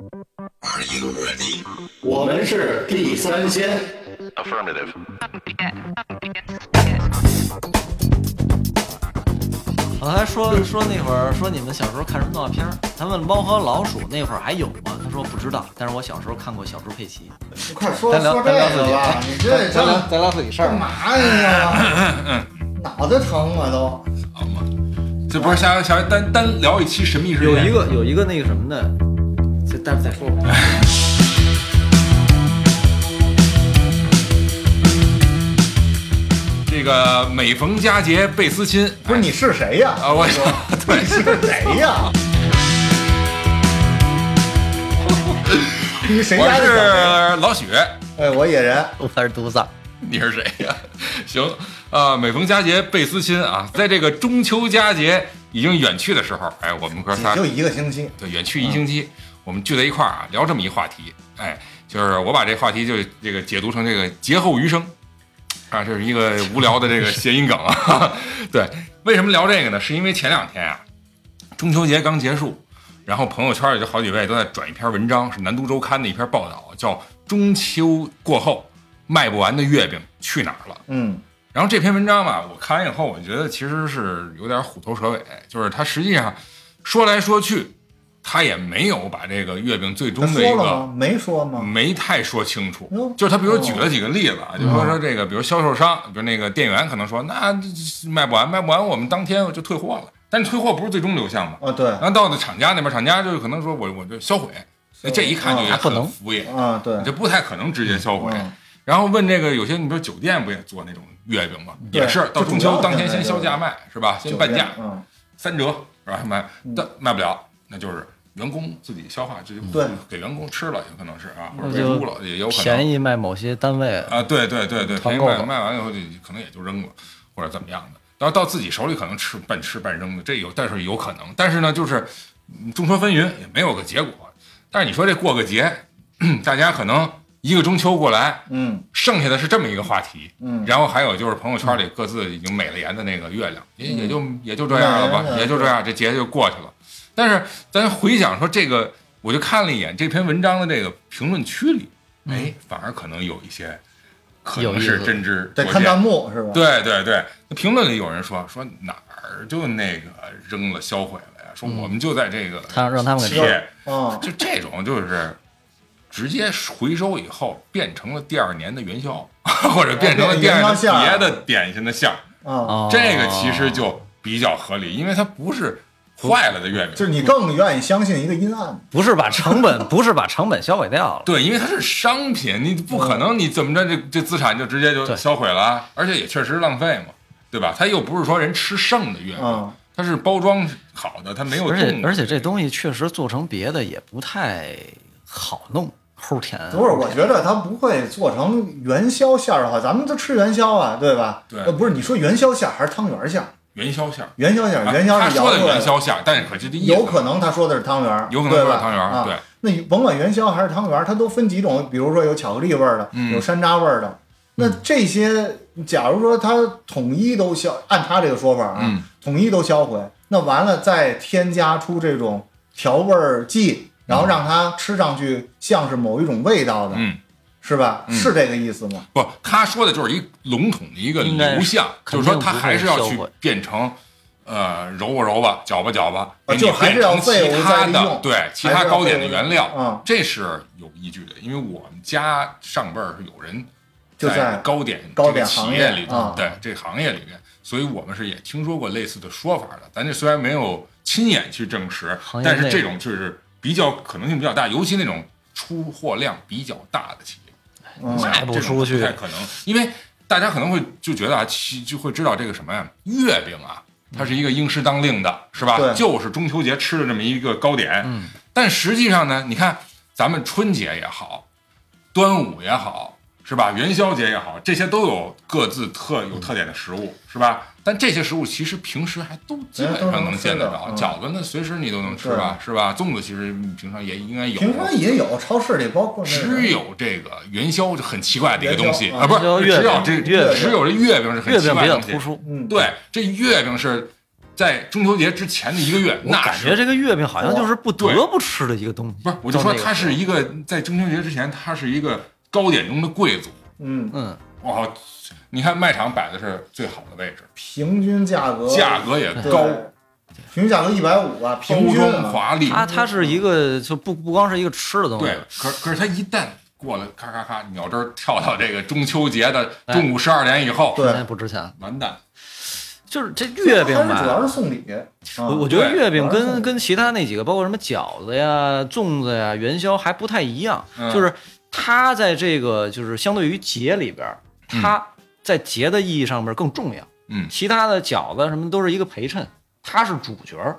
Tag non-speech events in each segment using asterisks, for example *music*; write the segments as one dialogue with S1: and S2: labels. S1: Are you ready?
S2: 我们是地三鲜。
S3: Affirmative.
S4: 我还说说那会儿说你们小时候看什么动画片儿？他问《猫和老鼠》那会儿还有吗？他说不知道，但是我小时候看过《小猪佩奇》。
S2: 快说
S4: 咱聊
S2: 说这
S4: 咱聊自
S2: 个
S4: 己
S5: 啊
S2: 吧，你这
S4: 咱聊
S2: 这
S4: 咱聊自己事儿
S2: 干
S4: 吧。
S2: 嘛呀？
S5: 嗯
S2: 脑袋疼啊都。
S5: 好嘛，这不是下回下回单单聊一期神秘事件。
S4: 有一个有一个那个什么的，就待会儿再说吧。
S5: 这个每逢佳节倍思亲，
S2: 不是你是谁呀？
S5: 啊，我 *laughs* 对
S2: 你是谁
S5: *laughs*
S2: 呀？你谁
S5: 我
S2: 家的小孩？
S5: 是老许，
S2: 哎，我野人。
S4: 我是犊子，
S5: 你是谁呀、 *laughs* 行啊、每逢佳节倍思亲啊，在这个中秋佳节已经远去的时候，哎，我们哥仨
S2: 也就一个星期，
S5: 对远去一星期，我们聚在一块儿啊，聊这么一话题，哎，就是我把这话题就这个解读成这个劫后余生啊，这是一个无聊的这个谐音梗啊。 *laughs* 对，为什么聊这个呢？是因为前两天啊，中秋节刚结束，然后朋友圈里就好几位都在转一篇文章，是南都周刊的一篇报道，叫《中秋过后卖不完的月饼去哪儿了》。
S2: 嗯，
S5: 然后这篇文章吧，我看完以后，我觉得其实是有点虎头蛇尾，就是它实际上说来说去，它也没有把这个月饼最
S2: 他
S5: 终的
S2: 说
S5: 一
S2: 了
S5: 个嗯
S2: 吗？没说吗？
S5: 没太说清楚
S2: 哟。嗯
S5: 就是他比如举了几个例子啊，就说说这个，比如销售商，比如那个店员可能说，那这这卖不完，卖不完，我们当天就退货了。但是退货不是最终流向嘛？
S2: 啊，对，
S5: 然后到了厂家那边，厂家就可能说我我就销毁，那这一看就也
S2: 哦
S4: 啊不能
S5: 很敷衍，
S2: 啊，对，
S5: 这不太可能直接销毁。
S2: 嗯
S5: 然后问这个有些，你说酒店不也做那种月饼吗？
S2: 对
S5: 也是到中
S2: 就主
S5: 秋
S2: 要
S5: 当天
S2: 现在
S5: 先销价卖是吧？先半价
S2: 酒店嗯，
S5: 三折是吧？卖但卖不了，那就是员工自己消化，直接
S2: 对
S5: 给员工吃了，有可能是啊，或者
S4: 那
S5: 喂
S4: 就
S5: 猪了也有可能
S4: 便宜卖某些单位，
S5: 啊，对对对对，
S4: 团
S5: 便宜
S4: 购
S5: 卖
S4: 吧
S5: 卖完以后就可能也就扔了，或者怎么样的。然后到自己手里可能吃半吃半扔的，这有但是有可能，但是呢，就是嗯众说纷纭，也没有个结果。但是你说这过个节， *clears throat* 大家可能一个中秋过来，
S2: 嗯
S5: 剩下的是这么一个话题，
S2: 嗯
S5: 然后还有就是朋友圈里各自已经美了颜的那个月亮，也也就也就这样了
S2: 美了
S5: 吧，
S2: 颜
S5: 也就这样，这节就过去了。但是咱回想说这个，我就看了一眼这篇文章的这个评论区里，哎，反而可能有一些可
S4: 有
S5: 能
S4: 意
S5: 是
S4: 思
S5: 真知灼
S2: 得看
S5: 见
S2: 弹幕是吧？
S5: 对对对，那评论里有人说说哪儿就那个扔了销毁了呀，说我们就在这个
S4: 他让他们给
S5: 企
S4: 吃
S5: 业
S2: 啊，
S5: 就这种就是直接回收以后变成了第二年的元宵，或者变成了第二
S2: 哎元宵馅
S5: 年
S2: 儿
S5: 别的点心的馅儿，
S2: 啊，
S4: 哦
S5: 这个其实就比较合理，因为它不是坏了的月
S2: 就
S5: 饼，
S2: 是你更愿意相信一个阴暗的，
S4: 不是把成本不是把成本销毁掉了，
S5: 对，因为它是商品，你不可能你怎么着这这资产就直接就
S4: 对
S5: 销毁了啊，而且也确实浪费嘛，对吧？它又不是说人吃剩的月饼
S2: 嗯，
S5: 它是包装好的，它没有
S4: 而且
S5: 冻的
S4: 而且这东西确实做成别的也不太好弄，齁甜。
S2: 不是，我觉得他不会做成元宵馅儿的话，咱们都吃元宵啊，对吧？
S5: 对
S2: 呃，不是，你说元宵馅儿还是汤圆儿馅儿？
S5: 元宵馅儿。
S2: 元宵馅儿，
S5: 啊
S2: 元宵
S5: 他
S2: 是摇
S5: 说的
S2: 出来
S5: 元，宵馅儿，但是可是这意思
S2: 有可能他说的是汤圆儿，
S5: 有可能
S2: 对
S5: 说
S2: 吧
S5: 是汤圆儿
S2: 啊
S5: 对
S2: 那你甭管元宵还是汤圆儿，它都分几种，比如说有巧克力味儿的，
S5: 嗯
S2: 有山楂味儿的。那这些，假如说它统一都销，按他这个说法啊，
S5: 嗯
S2: 统一都销毁，那完了再添加出这种调味儿剂，然后让它吃上去像是某一种味道的，
S5: 嗯，
S2: 是吧？是这个意思吗？
S5: 不，他说的就是一笼统的一个
S4: 应该
S5: 流向，
S4: 肯
S5: 就是
S4: 定
S5: 说他还是要去
S4: 不会销毁
S5: 变成，呃，揉吧揉吧，搅吧搅吧，
S2: 啊
S5: 给
S2: 就
S5: 你
S2: 还
S5: 变
S2: 是要
S5: 成
S2: 废
S5: 其
S2: 物再
S5: 他
S2: 利
S5: 的
S2: 用
S5: 对其
S2: 还
S5: 他
S2: 是要
S5: 糕点的
S2: 废物
S5: 原料，
S2: 嗯
S5: 这是有依据的，因为我们家上辈儿是有人
S2: 就在
S5: 在糕点
S2: 糕
S5: 这个
S2: 点
S5: 企
S2: 行
S5: 业
S2: 业
S5: 里
S2: 啊
S5: 头，对这个行业里面，所以我们是也听说过类似的说法的，咱这虽然没有亲眼去证实
S4: 行，业
S5: 但是
S4: 内
S5: 这种就是比较可能性比较大，尤其那种出货量比较大的企业。
S2: 嗯，
S4: 卖不出去
S5: 这种不太可能，因为大家可能会就觉得啊，其就会知道这个什么呀，月饼啊，它是一个应时当令的，是吧？
S2: 对
S5: 就是中秋节吃的这么一个糕点，
S4: 嗯，
S5: 但实际上呢，你看咱们春节也好，端午也好，是吧？元宵节也好，这些都有各自特有特点的食物，是吧？但这些食物其实平时还都基本
S2: 哎都能
S5: 上能见得着，
S2: 吃的
S5: 饺子呢随时你都能吃吧，是吧？粽子其实平常也应该有，
S2: 平常也有，超市里包括那个
S5: 只有这个元宵就很奇怪的一个东西
S2: 元宵
S5: 啊，不是
S4: 元宵
S5: 只有
S4: 月饼
S5: 这
S4: 月饼
S5: 只有这月饼是很
S4: 月
S5: 奇
S4: 饼
S5: 怪
S4: 比
S5: 的
S4: 较
S5: 东西
S4: 突。出，
S2: 嗯，
S5: 对，这月饼是在中秋节之前的一个月，
S4: 我
S5: 那
S4: 感觉
S5: 是
S4: 这个月饼好像就是不得
S5: 对
S4: 不吃的一个东西。
S5: 不是？我就说
S4: 到那个
S5: 它是
S4: 时
S5: 一个在中秋节之前，它是一个糕点中的贵族。
S2: 嗯，
S4: 候，嗯，
S5: 哇，你看卖场摆的是最好的位置，
S2: 平均价格
S5: 价格也
S2: 对
S5: 高，
S2: 平均价格一百五啊，平
S5: 包
S2: 均
S5: 装
S2: 啊，
S5: 华丽。
S4: 它它是一个就不不光是一个吃的东西
S5: 对，，可可是它一旦过了，咔咔咔，秒针儿跳到这个中秋节的
S4: 哎
S5: 中午十二点以后，
S2: 对
S4: 那不值钱。
S5: 完蛋。
S4: 就是这月饼
S2: 还是主要
S4: 吧，
S2: 是送礼。啊
S4: 我
S2: 我
S4: 我觉得
S5: 对
S4: 月饼
S2: 主要是
S4: 跟
S2: 送
S4: 跟其他那几个，包括什么饺子呀、粽子呀、元宵还不太一样，
S5: 嗯
S4: 就是它在这个就是相对于节里边儿，
S5: 嗯
S4: 它在节的意义上面更重要。
S5: 嗯
S4: 其他的饺子什么都是一个陪衬，它是主角儿。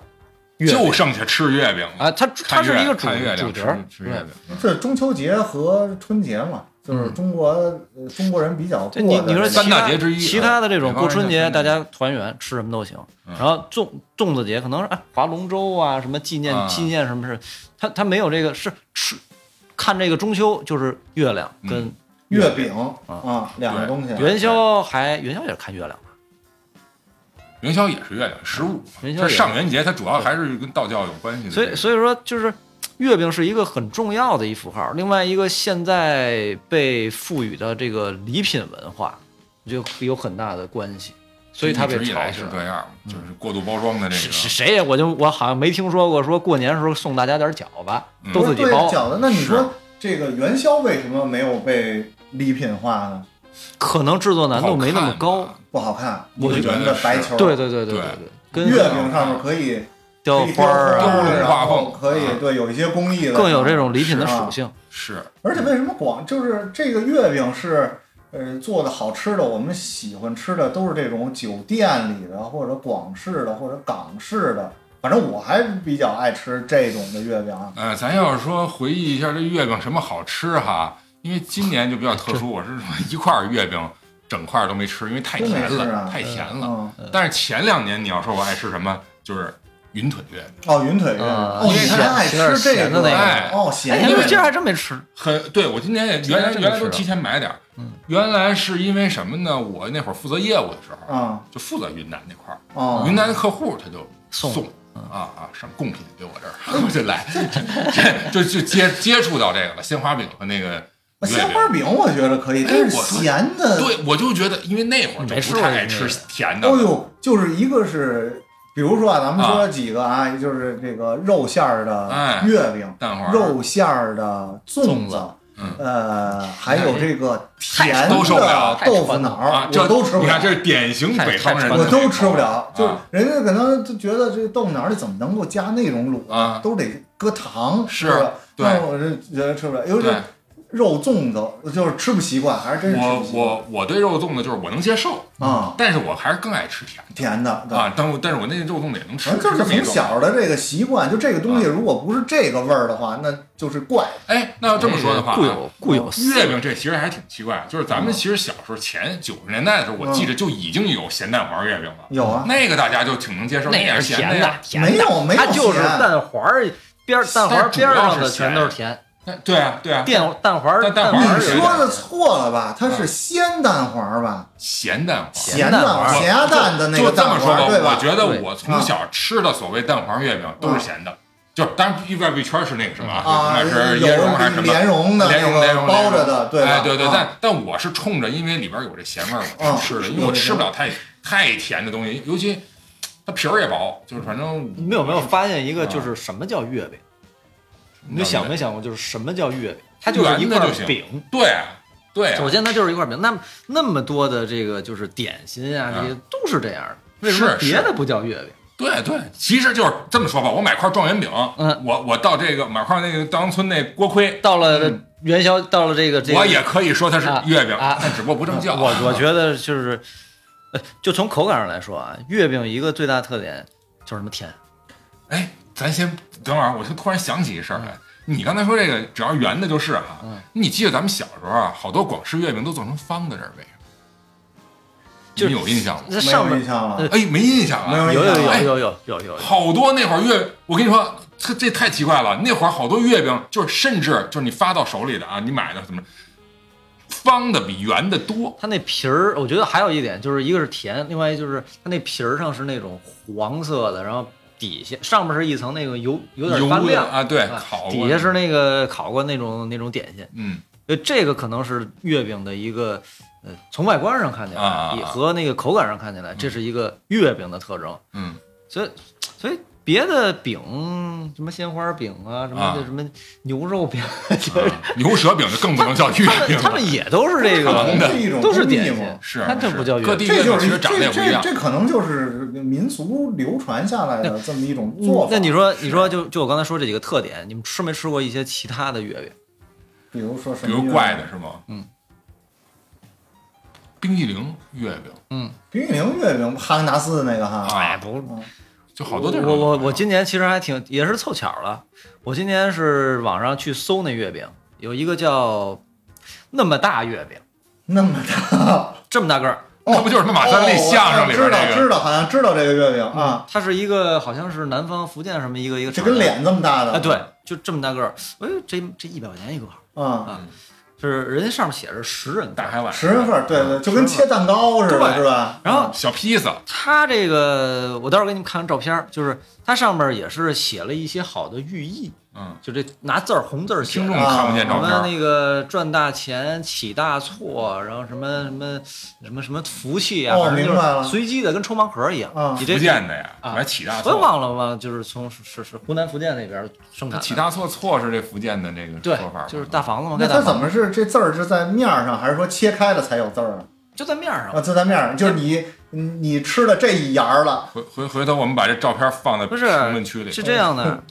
S4: 月饼
S5: 就剩下吃月饼了。
S4: 啊，它它
S5: 看
S4: 是
S5: 月
S4: 一个主
S5: 看月亮
S4: 主角儿，
S5: 吃吃月饼。嗯
S2: 这中秋节和春节嘛，就是中国、呃中国人比较
S4: 嗯这
S2: 过
S4: 你
S2: 的
S4: 你说
S2: 这
S5: 三
S4: 其
S5: 大
S4: 他
S5: 节之一
S4: 其他的这种
S5: 北方
S4: 过
S5: 人
S4: 春
S5: 就
S4: 节
S5: 分
S4: 大家团圆吃什么都行，
S5: 嗯
S4: 然后粽粽子节可能是哎划龙舟啊，什么纪念
S5: 啊
S4: 纪念什么事，它它没有这个是吃看这个中秋就是月亮跟
S2: 月饼
S4: 啊
S2: 啊两个东西，
S5: 嗯对啊
S4: 元宵还元宵也是看月亮吧，
S5: 元宵也是月亮，十五。
S4: 元宵
S5: 它
S4: 也
S5: 上元节，它主要还是跟道教有关系的。
S4: 所以所以说就是月饼是一个很重要的一符号，另外一个现在被赋予的这个礼品文化就有很大的关系，所以它被
S5: 一直以
S4: 嘲
S5: 来
S4: 视
S5: 是
S4: 了。
S5: 这样，就是过度包装的这
S4: 是是
S5: 个。
S4: 谁呀？我就我好像没听说过说过年时候送大家点饺子，
S5: 嗯
S4: 都
S2: 不
S4: 自
S2: 是
S4: 己
S2: 对
S4: 包。
S2: 饺子。那你
S4: 是
S2: 说这个元宵为什么没有被礼品化呢？
S4: 可能制作难度没那么
S5: 好
S4: 高
S5: 看。吧
S2: 不好看，
S4: 我
S2: 一
S4: 就
S2: 个
S5: 觉得
S2: 圆的
S5: 是
S2: 白球，
S4: 对对对对
S5: 对
S4: 对，跟
S2: 月饼上面可以
S4: 雕
S2: 可以
S4: 花儿
S2: 雕
S5: 雕
S4: 啊
S5: 花，儿
S2: 然
S5: 画
S2: 后
S5: 凤
S2: 可以
S5: 啊
S2: 对有一些工艺的，
S4: 更有这。种礼品的属性。
S5: 是
S2: 而且为什么广就是这个月饼是呃做的好吃的，我们喜欢吃的都是这种酒店里的或者广式的或者港式的，反正我还比较爱吃这种的月饼啊。
S5: 呃，咱要是说回忆一下这月饼什么好吃哈，因为今年就比较特
S4: *laughs*
S5: 殊，我是说一块儿月饼整块儿都没吃，因为太甜
S2: 真没吃
S5: 了，
S2: 啊
S5: 太甜了。
S2: 嗯，
S5: 但是前两年你要说我爱吃什么，就是云腿月饼，
S2: 哦，云腿月饼，
S4: 啊
S2: 哦，你
S5: 咸
S2: 还爱吃这
S4: 有点咸的那
S5: 个
S2: 个？哦，咸
S4: 哎，
S2: 的
S4: 你
S2: 那
S4: 们
S2: 个
S4: 今儿还真没吃，
S5: 很对我今年也原来原来都提前买点儿，
S2: 嗯
S5: 原来是因为什么呢？我那会儿负责业务的时候，
S2: 啊
S5: 就负责云南那块儿，
S2: 啊，嗯
S5: 云南的客户他就
S4: 送
S5: 送啊啊，上贡品给我这儿， *laughs* 我就来，就就就接接触到这个了，鲜花饼和那个月
S2: 啊鲜
S5: 饼。
S2: 花饼我觉得可以，
S5: 啊哎
S2: 但是
S5: 我说
S2: 咸的，
S5: 对，我就觉得，因为那会儿就
S4: 没吃
S5: 不
S4: 过
S5: 太爱
S4: 这个
S5: 吃甜的
S2: 哦
S5: 了，
S2: 呦，就是一个是，比如说啊，咱们说几个啊，就是这个肉馅儿的
S5: 哎
S2: 月饼，
S5: 蛋黄
S2: 肉馅儿的粽
S4: 粽子
S5: 嗯
S2: 呃，还有这个甜
S5: 都受不了
S2: 的豆腐脑
S5: 啊
S2: 儿，，
S5: 这
S2: 我都吃不
S5: 你看，这
S2: 了。
S5: 是典型
S2: *laughs*
S5: 北方人的那
S2: 我
S5: 种，
S2: 都吃不了，就
S5: 啊
S2: 人家可能就觉得这豆腐脑儿里怎么能够加那种卤
S5: 啊
S2: 都得搁糖，
S5: 是
S2: 吧？
S5: 对
S2: 那我这觉得吃不了，尤其
S5: 对
S2: 是肉粽子，我就是吃不习惯，还是真是吃
S5: 我
S2: 不习惯
S5: 我我对肉粽子就是我能接受，
S2: 啊，
S5: 但是我还是更爱吃甜
S2: 甜的
S5: 的
S2: 对
S5: 啊。但我但是我那肉粽子也能吃，
S2: 反正就是
S5: 这么一
S2: 从
S5: 种
S2: 小的这个习惯，就这个东西，
S5: 啊
S2: 如果不是这个味儿的话，那就是怪。
S5: 哎，那要这么说的话，啊
S4: 固有固有
S5: 月饼这其实还是挺奇怪，啊就是咱
S2: 嗯
S5: 们其实小时候前九十年代的时候，我记着就已经有咸蛋黄月饼了，
S2: 有啊，
S5: 那个大家就挺能接受，
S4: 那
S5: 也
S4: 也
S5: 是
S4: 是
S5: 的
S4: 甜
S5: 呀。
S4: 啊甜的，
S2: 没有没有
S4: 它就是
S2: 咸
S4: 蛋黄儿边儿蛋黄儿边儿上的全都是甜，
S5: 那对啊，对啊，
S4: 蛋蛋黄儿
S5: 但蛋黄
S4: 黄
S5: 儿
S4: 儿
S2: 你
S5: 是
S4: 有
S2: 说的错了吧？它是鲜蛋黄吧？
S5: 咸蛋黄。
S4: 咸
S2: 咸
S4: 蛋
S2: 蛋
S4: 黄
S2: 咸鸭蛋的那
S5: 就
S2: 个
S5: 这
S2: 蛋
S5: 么说
S2: 黄，对
S5: 我
S2: 吧？嗯
S5: 觉得
S4: 对
S5: 我从小吃的所谓蛋黄月饼都是咸的，就是当然外边一圈是那个什么
S2: 啊，
S5: 外边是
S2: 有
S5: 椰蓉还是什么
S2: 莲蓉的，
S5: 莲蓉莲蓉
S2: 那个包着的，
S5: 对
S2: 吧？
S5: 哎，对对，
S2: 啊
S5: 但但我是冲着因为里边有这咸味儿，我嗯是吃的，因为我吃不了太太甜的东西，尤其它皮儿也薄，就是反正
S4: 你们有没有发现一个，
S5: 啊
S4: 就是什么叫月饼？
S5: 叫
S4: 你们想
S5: 月
S4: 没想过，就是什么叫月饼？它就是一
S5: 圆的
S4: 块
S5: 就行
S4: 饼。
S5: 对啊对啊
S4: 首先，它就是一块饼。那么那么多的这个就是点心啊，
S5: 啊
S4: 这些都是这样的。为什么
S5: 是是
S4: 别的不叫月饼？
S5: 对啊对，其实就是这么说吧，我买块状元饼，
S4: 嗯
S5: 我我到这个买块那个稻香村那锅盔，
S4: 到了元宵，到了这个这
S5: 嗯
S4: 个，
S5: 我也可以说它是
S4: 啊
S5: 月饼，
S4: 啊
S5: 但只不过不这么叫。啊
S4: 我我觉得就是，呃，就从口感上来说啊，月饼一个最大特点就是什么甜。
S5: 哎，咱先等会儿，啊我就突然想起一事儿来。你刚才说这个只要圆的就是哈、
S4: 嗯
S5: 你记得咱们小时候啊，好多广式月饼都做成方的，这是为什么？
S4: 就是
S5: 你有印象吗？
S4: 那
S2: 没
S4: 上
S2: 有
S4: 面
S2: 印象了
S4: 呃。
S5: 哎，没印象
S2: 没
S5: 啊，
S2: 有
S4: 有有有
S5: 哎
S4: 有有有有有，
S5: 好多那会儿月，我跟你说，这这太奇怪了。那会儿好多月饼，就是甚至就是你发到手里的啊，你买的怎么方的比圆的多。
S4: 它那皮儿，我觉得还有一点就是，一个是甜，另外一就是它那皮儿上是那种黄色的，然后底下上面是一层那个油有点
S5: 油
S4: 发亮
S5: 的啊，对，
S4: 啊
S5: 烤过
S4: 底下是那个烤过那种那种点心，
S5: 嗯
S4: 所以呃这个可能是月饼的一个，呃，从外观上看起来、
S5: 啊啊啊
S4: 也和那个口感上看起来，这是一个月饼的特征。
S5: 嗯，
S4: 所以，所以别的饼，什么鲜花饼啊，什么、
S5: 啊
S4: 什么牛
S5: *laughs*
S4: 肉饼， *laughs*
S5: 啊牛舌饼就更不能叫月
S4: 他 *laughs* 们
S5: 饼
S4: 他
S5: 了。
S4: 们也都是这个，
S2: 是一种
S4: 都是
S2: 工艺
S4: 点心
S2: 嘛，
S5: 是啊
S4: 它这
S5: 是
S4: 不叫
S5: 各
S4: 月
S5: 地
S4: 饼。
S2: 这就
S5: 其
S2: 是
S5: 实长得也
S2: 这
S5: 不一
S2: 这
S5: 样
S2: 这可能就是民俗流传下来的这么一种做
S4: 嗯
S2: 法。啊
S4: 那你，说，你说就就我刚才说这几个特点，你们吃没吃过一些其他的月饼？
S2: 比如说什
S5: 比
S2: 么？
S5: 如怪的，是吗？
S4: 嗯，
S5: 冰激凌月饼
S2: 冰淇淋月饼，哈根达斯的那个哈，
S5: 啊，
S4: 不
S5: 就好多地儿都
S4: 我
S5: 有。
S4: 我我今年其实还挺也是凑巧了，我今年是网上去搜那月饼，有一个叫那么大月饼，
S2: 那么大，
S4: 这么大个儿，
S5: 那不就是他马三立相声里边
S2: 哦我
S5: 那
S2: 知道，知
S5: 个
S2: 道，好像知道这个月饼啊，
S4: 它是一个好像是南方福建什么一个一个
S2: 就
S4: 厂
S2: 跟
S4: 家
S2: 脸这么大的
S4: 嗯啊，对，就这么大个儿，哎呦，这这一百块钱一个，
S2: 啊，
S4: 就是人家上面写着十人份
S5: 大海碗
S2: 十人份儿，
S4: 啊
S2: 对对，就跟切蛋糕似的，
S4: 对
S2: 是吧？嗯
S4: 然后
S5: 小披萨，
S4: 它这个我待会儿给你们看看照片儿，就是它上面也是写了一些好的寓意，
S5: 嗯，
S4: 就这拿字儿红字儿写
S5: 听
S4: 着
S5: 众。看不见
S4: 什
S5: 照
S4: 么
S5: 片，
S4: 那个赚大钱、起大错，然后什么什么什么什么福气啊，
S2: 哦
S4: 反正就
S2: 明白了
S4: 是随机的，跟抽盲盒一样。
S2: 啊
S4: 你
S5: 福
S4: 这
S5: 建的呀，
S4: 啊
S5: 还起大
S4: 我也
S5: 错，
S4: 忘了忘，就是从是是是湖南福建那边生产的
S5: 起大错错是这福建的这个
S4: 对
S5: 说法吧，，
S4: 就是大房子嘛，
S2: 那
S4: 盖
S2: 它
S4: 大
S2: 怎
S4: 房子
S2: 么是这字儿是在面儿上，还是说切开了才有字儿啊？
S4: 就在面上
S2: 啊，。就在面儿上，就是你你你吃了这一沿儿了，
S5: 回回回头我们把这照片放在
S4: 不
S5: 评
S4: 是
S5: 论区里
S4: 是这样
S2: 嗯
S4: 的，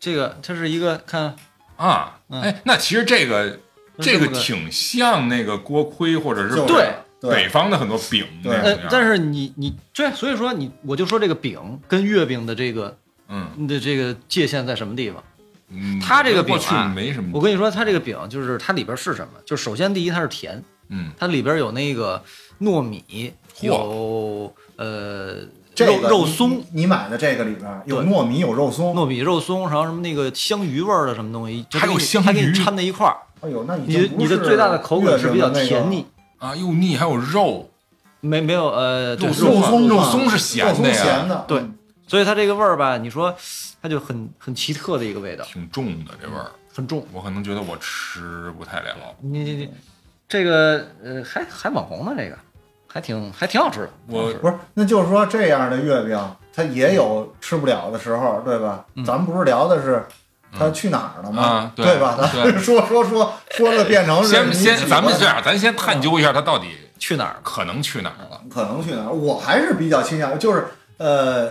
S4: 这个它是一个看
S5: 啊。
S4: 嗯
S5: 哎，那其实这个
S4: 就是这
S5: 个
S4: 么个
S5: 挺像那个锅盔或者
S2: 就是
S4: 对
S5: 北
S2: 对，
S5: 方的很多饼
S2: 对
S5: 那种
S4: 呃
S5: 样，
S4: 但是你你对，所以说你我就说这个饼跟月饼的这个
S5: 嗯
S4: 的这个界限在什么地方？
S5: 嗯，
S4: 它这个饼
S5: 过
S4: 啊
S5: 去没什么，
S4: 我跟你说，它这个饼就是它里边是什么？就首先第一它是甜，
S5: 嗯
S4: 它里边有那个糯米，
S5: 嚯
S4: 有呃
S2: 这
S4: 肉
S2: 个
S4: 肉松，
S2: 你，你买的这个里边儿有
S4: 对
S2: 糯米，有肉松，
S4: 糯米肉松，然后什么那个香鱼味儿的什么东西，就
S5: 还有
S4: 给你
S5: 香
S4: 还给你
S5: 鱼
S4: 掺在一块儿，
S2: 哎呦，那已
S4: 你
S2: 经不
S4: 你的
S2: 是
S4: 最大的口感是比较
S2: 月饼的那个
S4: 甜腻，，
S5: 啊又腻还有肉，
S4: 没没有呃对
S5: 肉
S2: 肉松
S5: 肉
S2: 嘛
S5: 松是咸的呀
S2: 肉松咸的，嗯
S4: 对所以它这个味儿吧，你说它就很很奇特的一个味道，
S5: 挺重的这味儿，
S4: 很重。
S5: 我可能觉得我吃不太了。
S4: 你你你这个呃还还网红呢，这个还挺还挺好吃的。
S5: 我
S4: 挺好吃的
S2: 不是，那就是说这样的月饼，它也有吃不了的时候，对吧？
S4: 嗯
S2: 咱们不是聊的是它去哪儿了吗？
S5: 啊对
S2: 对吧？
S5: 对
S2: 咱 *laughs* 说说说说的变成是
S5: 先
S2: 你喜
S5: 先，
S2: 欢
S5: 咱们这样，咱先探究一下它到底
S4: 去哪儿？
S5: 可能去哪儿了。
S2: 可能去哪儿？我还是比较倾向于，就是呃，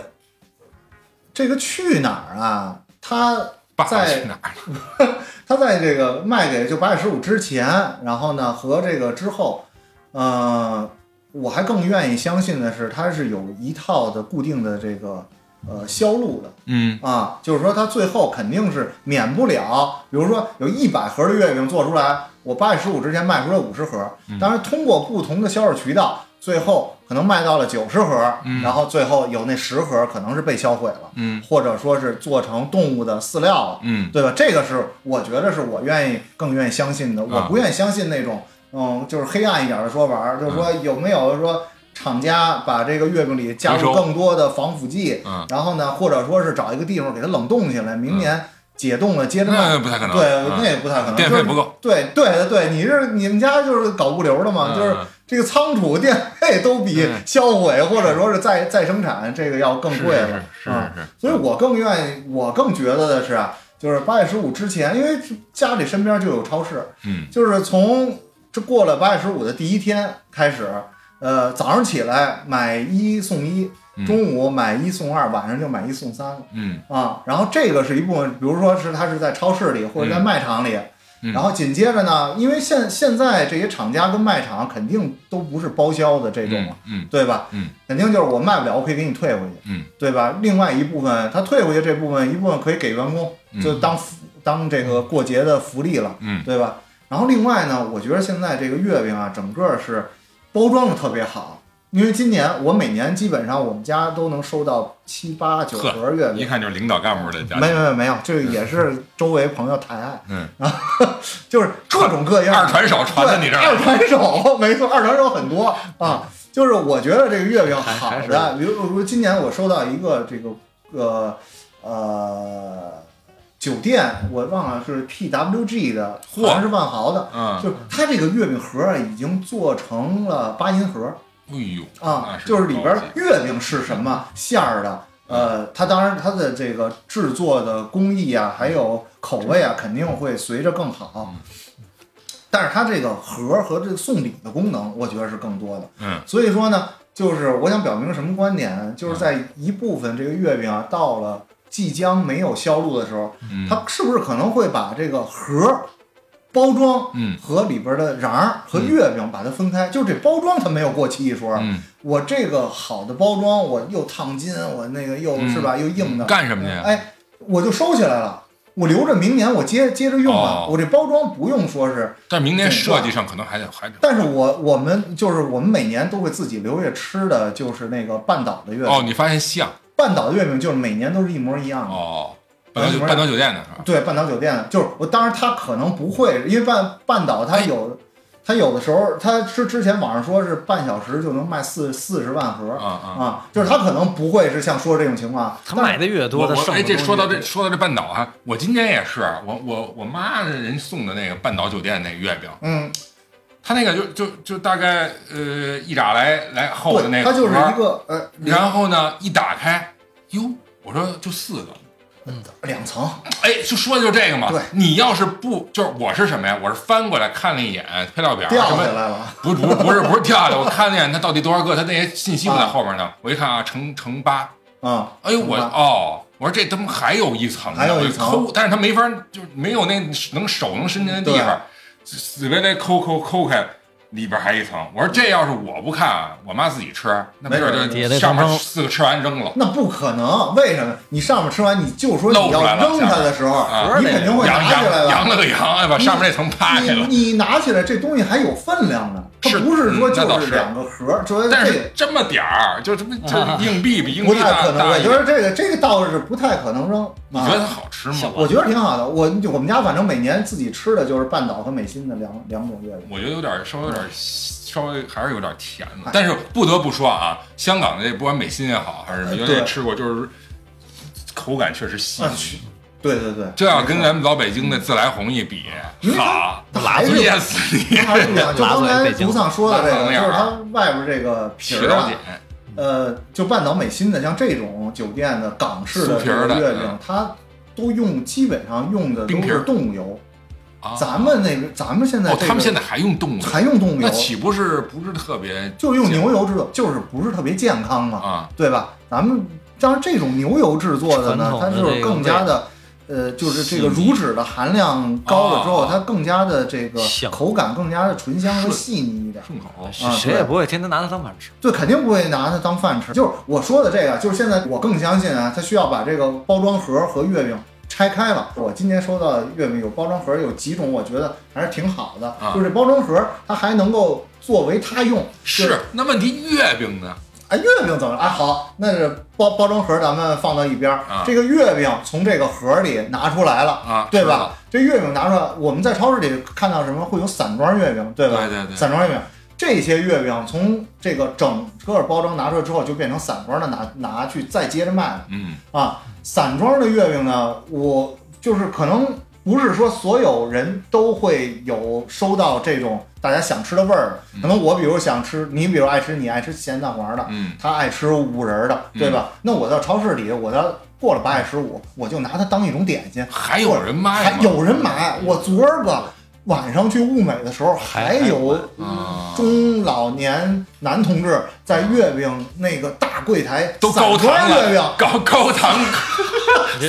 S2: 这个去哪儿啊？它
S5: 爸爸
S2: 在
S5: 去哪儿了？
S2: 它在这个卖给就八月十五之前，然后呢和这个之后，呃，我还更愿意相信的是，它是有一套的固定的这个呃销路的。
S5: 嗯，
S2: 啊，就是说它最后肯定是免不了，比如说有一百盒的月饼做出来，我八月十五之前卖出来五十盒，当然通过不同的销售渠道，最后可能卖到了九十盒，然后最后有那十盒可能是被销毁了，
S5: 嗯，
S2: 或者说是做成动物的饲料了，
S5: 嗯，
S2: 对吧？这个是我觉得是我愿意更愿意相信的，我
S5: 啊
S2: 不愿意相信那种嗯，就是黑暗一点的说法儿，就是说有没有说厂家把这个月饼里加
S5: 嗯回收
S2: 入更多的防腐剂，
S5: 嗯
S2: 然后呢，或者说是找一个地方给它冷冻起来，明年解冻了接着卖。
S5: 那不太可能。
S2: 对，
S5: 嗯
S2: 那也不太可能。
S5: 电费不够。
S2: 就是。对对对，你是你们家就是搞物流的嘛，
S5: 嗯
S2: 就是这个仓储电费都比
S5: 嗯
S2: 销毁或者说是再再生产这个要更贵了。
S5: 是是
S2: 嗯
S5: 是是是
S2: 所以我更愿意，我更觉得的是啊，就是八月十五之前，因为家里身边就有超市，
S5: 嗯，
S2: 就是从这过了八月十五的第一天开始，呃，早上起来买一送一，
S5: 嗯
S2: 中午买一送二，晚上就买一送三了
S5: 嗯
S2: 啊。然后这个是一部分，比如说是它是在超市里或者在
S5: 嗯
S2: 卖场里。
S5: 嗯
S2: 然后紧接着呢，因为现现在这些厂家跟卖场肯定都不是包销的这种
S5: 嗯嗯
S2: 对吧？
S5: 嗯，
S2: 肯定就是我卖不了，我可以给你退回去，
S5: 嗯，
S2: 对吧？另外一部分，他退回去这部分一部分可以给员工，
S5: 嗯
S2: 就当福当这个过节的福利了，
S5: 嗯
S2: 对吧？然后另外呢，我觉得现在这个月饼啊，整个是包装的特别好，因为今年我每年基本上我们家都能收到七八九
S5: 呵
S2: 盒月
S5: 嗯一
S2: 饼，
S5: 看就是领导干部的家
S2: 没有
S5: 庭，
S2: 没有没有，这也是周围朋友抬爱，
S5: 嗯，
S2: *laughs* 就是各种各样
S5: 二
S2: 的
S5: 传手传到你这
S2: 对二
S5: 儿，嗯
S2: 传手，没错，二传手很多啊。就是我觉得这个月饼
S4: 还
S2: 好
S4: 还是
S2: 的，比如如今年我收到一个这个呃呃酒店，我忘了是 TWG 的，
S5: 嚯
S2: 好像是万豪的，
S5: 嗯，
S2: 就是它这个月饼盒啊已经做成了八音盒
S5: 哎呦，
S2: 啊
S5: 那，是
S2: 就是里边
S5: 高级嗯
S2: 月饼是什么馅儿的。呃，它当然它的这个制作的工艺啊，还有口味啊，肯定会随着更好。
S5: 嗯
S2: 但是它这个盒儿和这个送礼的功能，我觉得是更多的。
S5: 嗯，
S2: 所以说呢，就是我想表明什么观点，啊就是在一部分这个月饼啊到了即将没有销路的时候，
S5: 嗯
S2: 它是不是可能会把这个盒儿包装
S5: 嗯
S2: 和里边的瓤儿和月饼把它分开？就这包装它没有过期一说，
S5: 嗯，
S2: 我这个好的包装，我又烫金，我那个又、
S5: 嗯
S2: 是吧，又硬的，
S5: 干什么去？
S2: 哎，我就收起来了。我留着明年我接接着用吧，
S5: 哦
S2: 我这包装不用说是
S5: 但明年设计上可能还得还得
S2: 但是我我们就是我们每年都会自己留月吃的，就是那个半岛的月饼。
S5: 哦，你发现像
S2: 半岛的月饼就是每年都是一模一样的。
S5: 哦，半岛酒半岛酒店的是吧？
S2: 对，半岛酒店的，就是我当然它可能不会，因为半半岛
S5: 哎
S2: 它有，它有的时候它是之前网上说是半小时就能卖四四十万盒
S5: 啊啊。
S2: 啊，就是它可能不会是像说这种情况。
S4: 他
S2: 但
S4: 买的越多，
S5: 我
S4: 他
S5: 我
S4: 剩
S5: 哎，
S4: 的
S5: 这
S4: 东西
S5: 说到
S4: 越
S5: 这说到这半岛啊，我今天也是，我我我妈人送的那个半岛酒店那月饼，
S2: 嗯，
S5: 它那个就就就大概呃一拃来来哦厚的那
S2: 对，
S5: 个
S2: 它就是
S5: 盒儿
S2: 一个呃两
S5: 然后呢一打开，哟，我说就四个，
S2: 两层，
S5: 哎，就说的就是这个嘛。
S2: 对
S5: 你要是不就是我是什么呀？我是翻过来看了一眼配料表，
S2: 掉
S5: 什
S2: 下
S5: 么
S2: 来了，
S5: *laughs* 不不不是不是掉下来，我看了一眼它到底多少个，它那些信息都在后面呢。我一看啊，乘乘八，
S2: 啊，
S5: 哎呦我
S2: 乘八
S5: 哦，我说这他妈还有一层呢，
S2: 还有
S5: 我
S2: 一
S5: 就
S2: 层
S5: 抠，但是它没法就是没有那能手能伸进的地方，死别那抠抠抠开。里边还一层，我说这要是我不看啊，我妈自己吃，那没准
S4: 也
S5: 就
S4: 得
S5: 上面
S4: 从
S5: 四个吃完扔了，
S2: 那不可能，为什么？你上面吃完，你就说你
S5: 露出来
S2: 要
S5: 了
S2: 扔它的时候
S5: 下面，
S4: 啊
S2: 你肯定会
S5: 扬
S2: 拿起来
S5: 扬
S2: 了。
S5: 扬了个扬，哎把上面那层扒
S2: 你
S5: 开了。
S2: 你拿起来这东西还有分量呢，它
S5: 是
S2: 不是说
S5: 嗯那倒
S2: 就是是两个盒儿，就是
S5: 但
S2: 这
S5: 是这么点儿，就这么就硬币比硬
S2: 啊不
S5: 币
S2: 太
S5: 大
S2: 可能。
S5: 大
S2: 我
S5: 一
S2: 觉
S5: 点。
S2: 得这个这个倒是不太可能扔
S5: 你觉得
S2: 啊。
S5: 它好吃吗？
S2: 我觉得挺好的，我我们家反正每年自己吃的就是半岛和美心的两两种月饼。
S5: 我觉得有点稍微有点稍微还是有点甜的
S2: 哎。
S5: 但是不得不说啊，香港的这不管美心也好还是
S2: 呃
S5: 原来
S2: 对
S5: 吃过，就是口感确实细
S2: 啊。对对对，
S5: 这要跟咱们老北京的自来红一比
S2: 因为，它
S5: 好，
S2: 它
S5: 拉
S2: 还是
S5: 噎死你，
S2: 它还是
S5: *laughs*
S2: 两，就刚才独丧说的这
S5: 拉
S2: 个，
S5: 面
S2: 就
S5: 儿啊
S2: 是它外边这个皮
S5: 血
S2: 儿
S5: 到
S2: 啊
S5: 点，。
S2: 呃，就半岛美心的，像这种酒店的港式的
S5: 酥
S2: 这
S5: 皮儿
S2: 个
S5: 的
S2: 月
S5: 嗯
S2: 饼，它都用基本上用的
S5: 冰
S2: 都
S5: 皮儿
S2: 是动物油。
S5: 啊
S2: 咱们那个，咱们现在
S5: 哦，
S2: 这
S5: 他们
S2: 个
S5: 现在还用动物，
S2: 还用动物
S5: 那
S2: 油，
S5: 岂不是不是特别
S2: 就是用牛油制作，就是不是特别健康嘛，
S5: 啊？
S2: 对吧？咱们当然这种牛油制作的呢
S4: 传，
S2: 它
S4: 统的
S2: 就是更加
S4: 这
S2: 的，呃，就是这个
S5: 细腻
S2: 乳脂的含量高了之后，
S5: 啊
S2: 它更加的这个
S4: 香
S2: 口感更加的醇香和
S5: 顺
S2: 细腻一点。
S5: 顺口
S4: 多
S2: 啊
S4: 谁谁
S2: 对
S4: 也不会天天拿它当饭吃。
S2: 对，肯定不会拿它当饭吃。就是我说的这个，就是现在我更相信啊，它需要把这个包装盒和月饼拆开了。我今年收到的月饼有包装盒，有几种，我觉得还是挺好的。
S5: 啊，
S2: 就是这包装盒，它还能够作为它用。就是
S5: 那问题月饼呢？
S2: 哎，月饼怎么了？哎，好，那是包包装盒，咱们放到一边儿。
S5: 啊
S2: 这个月饼从这个盒里拿出来了，
S5: 啊
S2: 对
S5: 是的
S2: 吧？这月饼拿出来，我们在超市里看到什么会有散装月饼，对吧？
S5: 对对对
S2: 散装月饼，这些月饼从这个整个包装拿出来之后，就变成散装的拿拿去再接着卖了
S5: 嗯，
S2: 啊。散装的月饼呢，我就是可能不是说所有人都会有收到这种大家想吃的味儿，可能我比如想吃，你比如爱吃你爱吃咸蛋黄的，
S5: 嗯，
S2: 他爱吃五仁儿的，对吧？那我到超市里，我到过了八月十五，我就拿它当一种点心，
S5: 还有人卖
S2: 还
S5: 吗？
S2: 有人买。我昨儿个晚上去物美的时候，还有嗯
S5: 啊
S2: 中老年男同志在月饼那个大柜台
S5: 都高
S2: 散装
S5: 糖
S2: 月
S5: *laughs*
S2: 饼
S5: 了，高高糖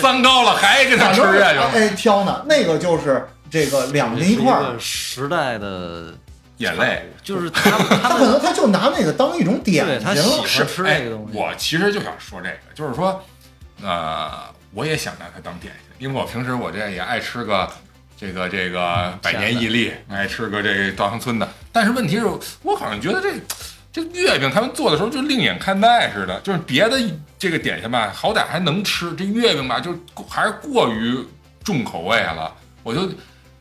S5: 三高了，还给他
S2: 散
S5: 吃啊
S2: 装月
S5: 月
S2: 饼
S5: 饼，
S2: 哎挑呢，那个就是这个两人一块
S4: 这是
S2: 儿
S4: 个。时代的，
S5: 眼泪。
S4: 就是他
S2: *laughs*
S4: 们
S2: 他
S4: 他
S2: 可
S4: 们
S2: 能他就拿那个当一种点
S4: 对他
S2: 心
S4: 喜
S2: 了
S4: 欢，
S5: 是
S4: 吃
S5: 哎
S4: 这个东西
S5: 我其实就想说这个，就是说，呃，我也想拿它当点心，因为我平时我这也爱吃个这个这个百年
S4: 甜的
S5: 伊利，爱吃个这个稻香村的。但是问题是我好像觉得这这月饼他们做的时候就另眼看待似的，就是别的这个点心吧，好歹还能吃，这月饼吧，就是还是过于重口味了。我就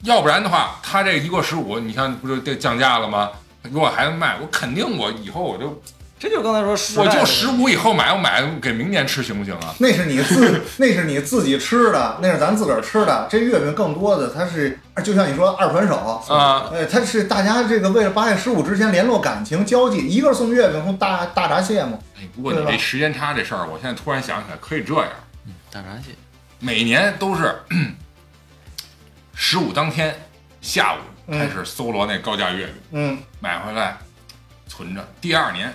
S5: 要不然的话，他这一个十五，你看不就这降价了吗？如果还能卖，我肯定我以后我就
S4: 这就是刚才说时代
S5: 我
S4: 的，
S5: 就十五以后买，我买给明年吃行不行啊？
S2: 那是你
S4: *laughs*
S2: 自那是你自己吃的，那是咱自个儿吃的。这月饼更多的它是就像你说二传手
S5: 啊
S2: 呃，它是大家这个为了八月十五之前联络感情交际，一个是送月饼，送大大闸蟹嘛。
S5: 哎，不过你
S2: 对
S5: 这
S2: 吧
S5: 时间差这事儿，我现在突然想起来，可以这样，
S4: 大闸蟹，
S5: 每年都是十五当天下午开始搜罗那高价月饼，
S2: 嗯，
S5: 买回来存着，第二年，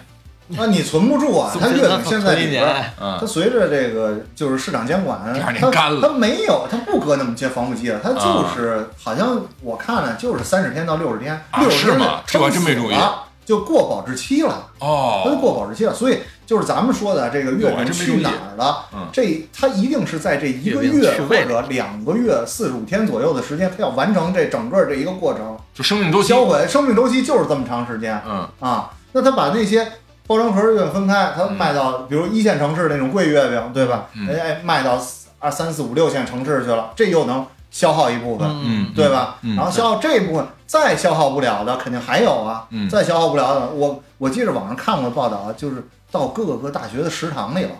S2: 那你存
S5: *laughs*
S2: 不住啊，它月饼现在
S4: 一
S2: 里边儿。
S4: 年，
S5: 嗯
S2: 它，随着这个就是市场监
S5: *laughs*
S2: 管
S5: 第二，年
S2: 它
S5: 干了
S2: 它没有，它不搁那么些防腐剂了，它就是好像我看了就是三十天到六十天，
S5: 啊
S2: 六十
S5: 是
S2: 天
S5: 吗
S2: 撑
S5: 这我真
S2: 死
S5: 没注意
S2: 了就过保质期了。它就
S5: 哦，
S2: 过保质期了。所以就是咱们说的这个月
S5: 我还
S2: 饼
S5: 真没
S2: 去
S5: 注意
S2: 哪儿了，
S5: 嗯
S2: 这它一定是在这一个
S4: 月饼
S2: 月
S4: 去
S2: 或
S4: 位
S2: 者两个月四十五天左右的时间，它要完成这整个这一个过程。
S5: 就生命周期，
S2: 销毁生命周期就是这么长时间
S5: 嗯，
S2: 啊。那它把那些包装盒月饼分开，它
S5: 嗯
S2: 卖到比如一线城市那种贵月饼，对吧？
S5: 嗯
S2: 哎哎，卖到四二三四五六线城市去了，这又能消耗一部分。
S4: 嗯，
S2: 对吧？
S5: 嗯
S2: 然后消耗这一部分，再消耗不了的肯定还有啊，
S5: 嗯
S2: 再消耗不了的，我我记着网上看过报道啊，就是到各个大学的食堂里了，嗯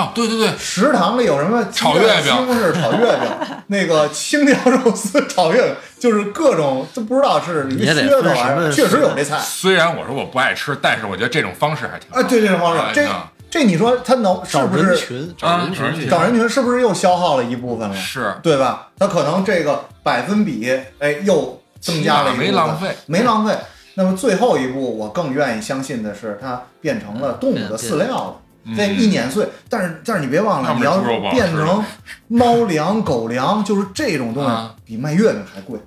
S5: 啊，对对对，
S2: 食堂里有什么
S5: 炒月饼
S2: 鸡蛋西红柿炒月
S5: *laughs*
S2: 饼，那个青椒肉丝炒月饼，就是各种都不知道是一
S4: 也
S2: 个
S4: 得
S2: 噱头
S4: 分
S2: 玩意
S4: 什
S2: 儿，
S4: 么
S2: 确实有这菜
S5: 虽然我说我不爱吃，但是我觉得这种方式还挺好
S2: 啊，对这种方式
S5: 哎，
S2: 这
S5: 那
S2: 这你说它能是
S4: 找
S2: 不
S4: 人
S2: 是
S4: 群，找人
S5: 啊
S4: 群去，
S2: 找人群是不是又消耗了一部分了，
S5: 是
S2: 对吧？它可能这个百分比哎又增加了一部分，
S5: 没浪费，
S2: 没浪费。那么最后一步，我更愿意相信的是，它变成了动物的饲料了。
S5: 嗯
S2: 这一碾碎，但是但是你别忘了，
S5: 那不
S2: 你
S5: 是
S2: 要
S5: 猪肉不好吃
S2: 变成猫粮、狗粮，就是这种东西
S5: 啊
S2: 比卖月饼还贵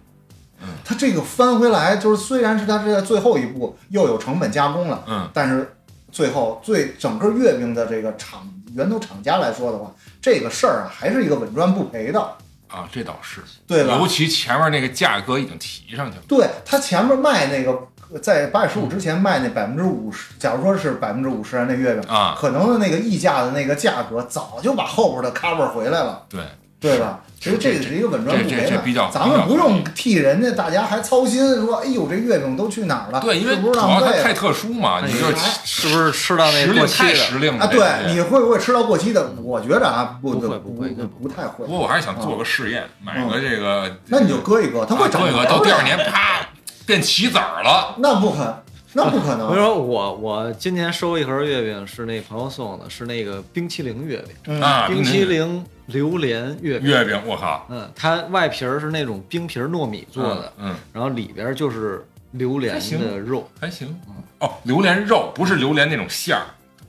S5: 嗯。
S2: 它这个翻回来，就是虽然是它是在最后一步又有成本加工了，
S5: 嗯，
S2: 但是最后最整个月饼的这个厂源头厂家来说的话，这个事儿啊还是一个稳赚不赔的，
S5: 啊，这倒是，
S2: 对吧？
S5: 尤其前面那个价格已经提上去了，
S2: 对他前面卖那个，在八月
S5: 嗯
S2: 十五之前卖那百分之五十，假如说是百分之五十那月饼
S5: 啊
S2: 可能那个溢价的那个价格早就把后边的 cover 回来了，
S5: 对，
S2: 对吧？其实这
S5: 这
S2: 个是一个稳赚不
S5: 这
S2: 赔
S5: 这
S2: 的
S5: 这比较，
S2: 咱们不用替人家大家还操心说，哎呦这月饼都去哪儿了？
S5: 对，因为
S2: 是
S5: 主
S2: 不是
S5: 要
S2: 浪
S5: 它
S2: 费啊
S5: 太
S2: 了？
S5: 特殊嘛，
S4: 哎
S5: 你就是
S4: 是不是吃到
S5: 时
S4: 那
S5: 令
S4: 过期
S5: 太
S4: 的？
S5: 时令了
S2: 啊，
S5: 这
S2: 对，
S5: 东西
S2: 你会不会吃到过期的？我觉着啊，不
S4: 不会
S2: 不
S4: 不会
S2: 不不太会
S5: 不。过我还是想做个试验，买个这个，
S2: 嗯那你就搁一搁，它会
S5: 啊
S2: 长
S5: 做一个，
S2: 毛
S5: 到
S2: 的
S5: 第二年啪变棋子儿了，
S2: 那不可，那不可
S4: 我跟你
S5: 啊
S2: 能。
S4: 说，我我今年收一盒月饼是那朋友送的，是那个冰淇淋月饼，
S2: 嗯
S5: 啊，
S4: 冰淇
S5: 那个
S4: 淋榴莲月饼。
S5: 月饼，我靠，
S4: 嗯，它外皮儿是那种冰皮儿糯米做的，
S5: 嗯，嗯，
S4: 然后里边儿就是榴莲
S5: 还行
S4: 的肉，
S5: 还行，
S4: 嗯
S5: 哦，榴莲肉不是榴莲那种馅儿，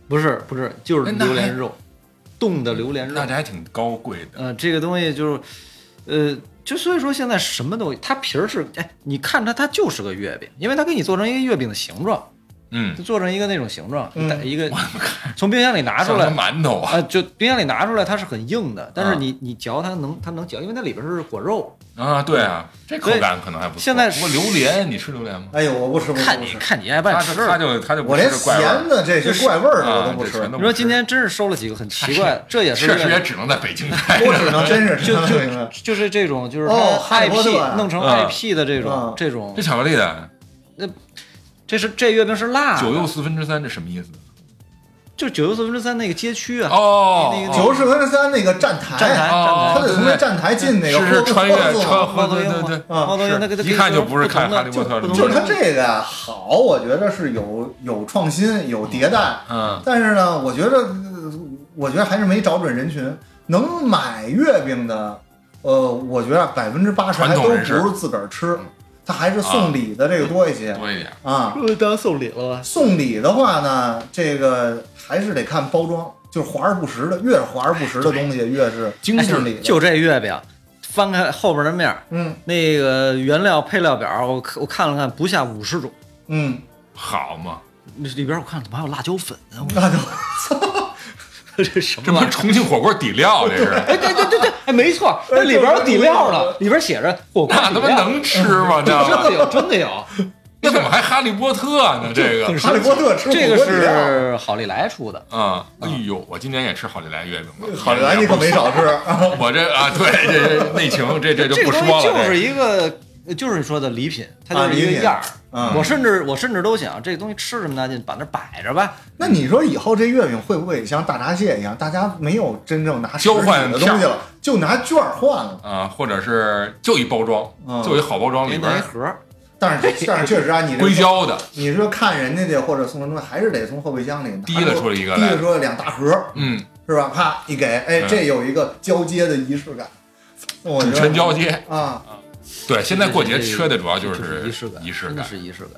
S4: 不是不是，就是
S5: 哎那还
S4: 榴莲肉，冻的榴莲肉
S5: 那。这还挺高贵的，
S4: 呃，这个东西就是，呃，就所以说现在什么东西，它皮儿是，哎，你看它，它就是个月饼，因为它给你做成一个月饼的形状，
S5: 嗯
S4: 就，做成一个那种形状，
S2: 嗯
S4: 带一个从冰箱里拿出
S5: 像
S4: 来
S5: 个，馒头啊，
S4: 啊，就冰箱里拿出来它是很硬的，但
S5: 啊
S4: 是你你嚼它能它能嚼，因为它里边是果肉。
S5: 啊，对啊，这口
S4: 所以
S5: 感可能还不错。
S4: 现在
S5: 不过榴莲，你吃榴莲吗？
S2: 哎呦，我不吃，不吃，
S4: 看
S2: 不
S4: 你
S2: 吃。
S4: 看你爱不爱
S5: 他
S4: 吃
S5: 就。他就他就
S2: 我
S5: 不
S2: 连
S5: 吃这怪味儿
S2: 咸的这些怪味儿的我都不
S5: 啊这
S2: 吃，
S5: 全都
S4: 你
S5: 不
S4: 说
S5: 吃
S4: 今天真是收了几个很奇怪，这也是
S5: 确实
S4: 月
S5: 也
S4: 饼
S5: 只能在北京开。
S2: *laughs* 我只能真是
S4: 就
S2: 真是
S4: 就就是这种就是它
S2: 哦哈利波
S4: IP
S2: 特啊
S4: 弄成
S5: 嗯
S4: IP 的这种
S2: 嗯
S4: 这种
S5: 这，巧克力的
S4: 这是这月饼是辣的，
S5: 九又四分之三，这什么意思？
S4: 就九又四分之三那个街区啊，
S5: 哦，
S4: 那个
S5: 哦
S2: 九十分之三那个站台，
S4: 站台
S5: 哦
S4: 站
S2: 他
S4: 台
S2: 得从那站台进那个
S5: 是是
S2: 霍
S5: 穿越
S2: 霍总
S5: 穿
S4: 猫头鹰
S5: 哦对
S4: 嘛
S5: 对对，
S4: 猫头
S5: 是
S4: 鹰那个
S5: 一看就不是看哈利波特的
S2: 就是
S4: 它
S2: 他这个呀好，我觉得是有有创新，有迭代，
S5: 嗯，
S2: 但是呢，我觉得呃我觉得还是没找准人群，能买月饼的，呃，我觉得百分之八十还
S5: 传
S2: 都
S5: 统
S2: 不
S5: 人士嗯啊
S2: 是自个儿吃，他还是送礼的这个多一些
S5: 多一点。
S2: 啊。
S4: 又呃当送礼了吧？
S2: 送礼的话呢，这个还是得看包装，就是华而不实的，越是华而不实的东西，越是
S5: 精致
S2: 致礼的。
S4: 哎就这月饼，翻开后边的面儿，
S2: 嗯
S4: 那个原料配料表，我看我看了看，不下五十种。
S2: 嗯，
S5: 好嘛，
S4: 里边我看怎么还有辣椒粉啊？
S2: 那就
S5: *laughs*
S4: 我这什
S5: 这
S4: 么
S5: 不
S4: 玩意
S5: 是
S4: 儿？
S5: 重庆火锅底料，这是
S4: 哎，对对对对，哎，没错，那里边有底料呢，里边写着火锅
S5: 那
S4: 底
S5: 他妈
S4: 料，
S5: 能吃吗？这
S4: 真的有，真的有。
S5: 那怎么还哈利波特呢？这个
S2: 哈利波特吃
S4: 这个
S2: 火锅底料
S4: 是好利来出的，
S5: 啊，哎呦，我今年也吃好利来月饼了。哎
S2: 好来你可没少吃。
S5: 我这啊，对，这内情，这这就
S4: 这
S5: 不
S4: 个
S5: 说
S4: 东西
S5: 了。这
S4: 就是一个，就是你说的礼品，它
S2: 啊
S4: 就是一
S2: 礼
S4: 个
S2: 品
S4: 样儿。
S2: 嗯
S4: 我甚至我甚至都想，这东西吃这么大劲，把那摆着吧。
S2: 那你说以后这月饼会不会像大闸蟹一样，大家没有真正拿实
S5: 交换
S2: 体的
S5: 票
S2: 东西了，就拿券儿换了？
S5: 啊，或者是就一包装，
S2: 嗯
S5: 就一好包装里
S4: 给
S5: 边
S4: 弄一
S5: 儿
S4: 盒儿，
S2: 但
S5: *laughs*
S2: 是但是确实啊，你这
S5: 硅胶的，
S2: 你是看人家去或者送人东西，还是得从后备箱里拿
S5: 提了出来一个
S2: 提
S5: 来
S2: 了出来两大盒，
S5: 嗯，
S2: 是吧？啪一给，哎，
S5: 嗯
S2: 这有一个交接的仪式感。我觉
S5: 纸
S2: 得
S5: 陈交接。
S2: 啊，
S5: 对，现在过节
S4: 这
S5: 缺的主要就
S4: 这
S5: 是
S4: 仪式感，
S5: 仪式
S4: 真的
S5: 感。
S4: 是仪式感。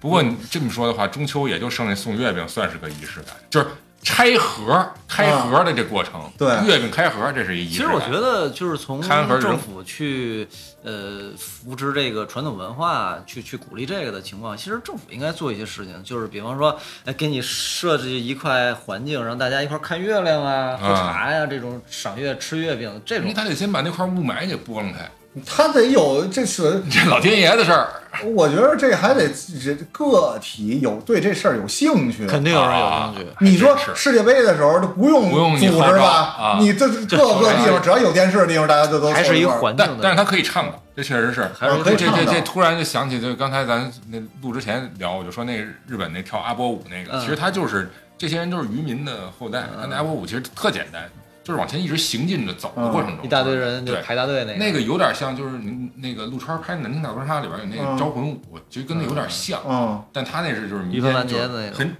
S5: 不过你这么说的话，中秋也就剩下送月饼算是个仪式感，就是拆盒、开盒的这过程。
S2: 对
S5: 月饼开盒这是一仪
S4: 其
S5: 式
S4: 实
S5: 感。
S4: 我觉得，就是从
S5: 看盒人
S4: 政府去呃扶持这个传统文化，去去鼓励这个的情况，其实政府应该做一些事情，就是比方说，哎，给你设计一块环境，让大家一块儿看月亮啊、喝
S5: 啊
S4: 茶呀、这种赏月、吃月饼这
S5: 因为
S4: 种。
S5: 他得先把那块雾霾给拨弄开，
S2: 他得有这是，
S5: 这老天爷的事儿。
S2: 我觉得这还得人个体有对这事儿有兴趣。
S4: 肯定有人有兴趣
S5: 啊，
S2: 你说
S5: 真是
S2: 世界杯的时候，这不用
S5: 不用你
S2: 组
S5: 号
S2: 织
S5: 召
S2: 吧
S5: 啊？
S2: 你这各个地
S5: 这
S2: 方只要有电视的地方，大家就都
S4: 还是一
S2: 凑块儿
S4: 环境
S5: 但
S4: 的。
S5: 但是他可以倡导，这确实是。
S4: 还是
S2: 啊可以
S5: 这这
S2: 倡导
S5: 这突然就想起，就刚才咱那录之前聊，我就说那日本那跳阿波舞那个，
S4: 嗯
S5: 其实他就是这些人都是渔民的后代，他那阿波舞其实特简单，就是往前一直行进着走的过程中，
S4: 嗯一大堆人就
S5: 对
S4: 排大队那个。
S5: 那个有点像，就是您那个陆川拍《南京大屠杀》里边有那
S2: 嗯
S5: 个招魂舞，其实跟那有点像，
S2: 嗯，
S5: 但他那是就是民
S4: 一分
S5: 间
S4: 完
S5: 就是
S4: 结的那种
S5: 很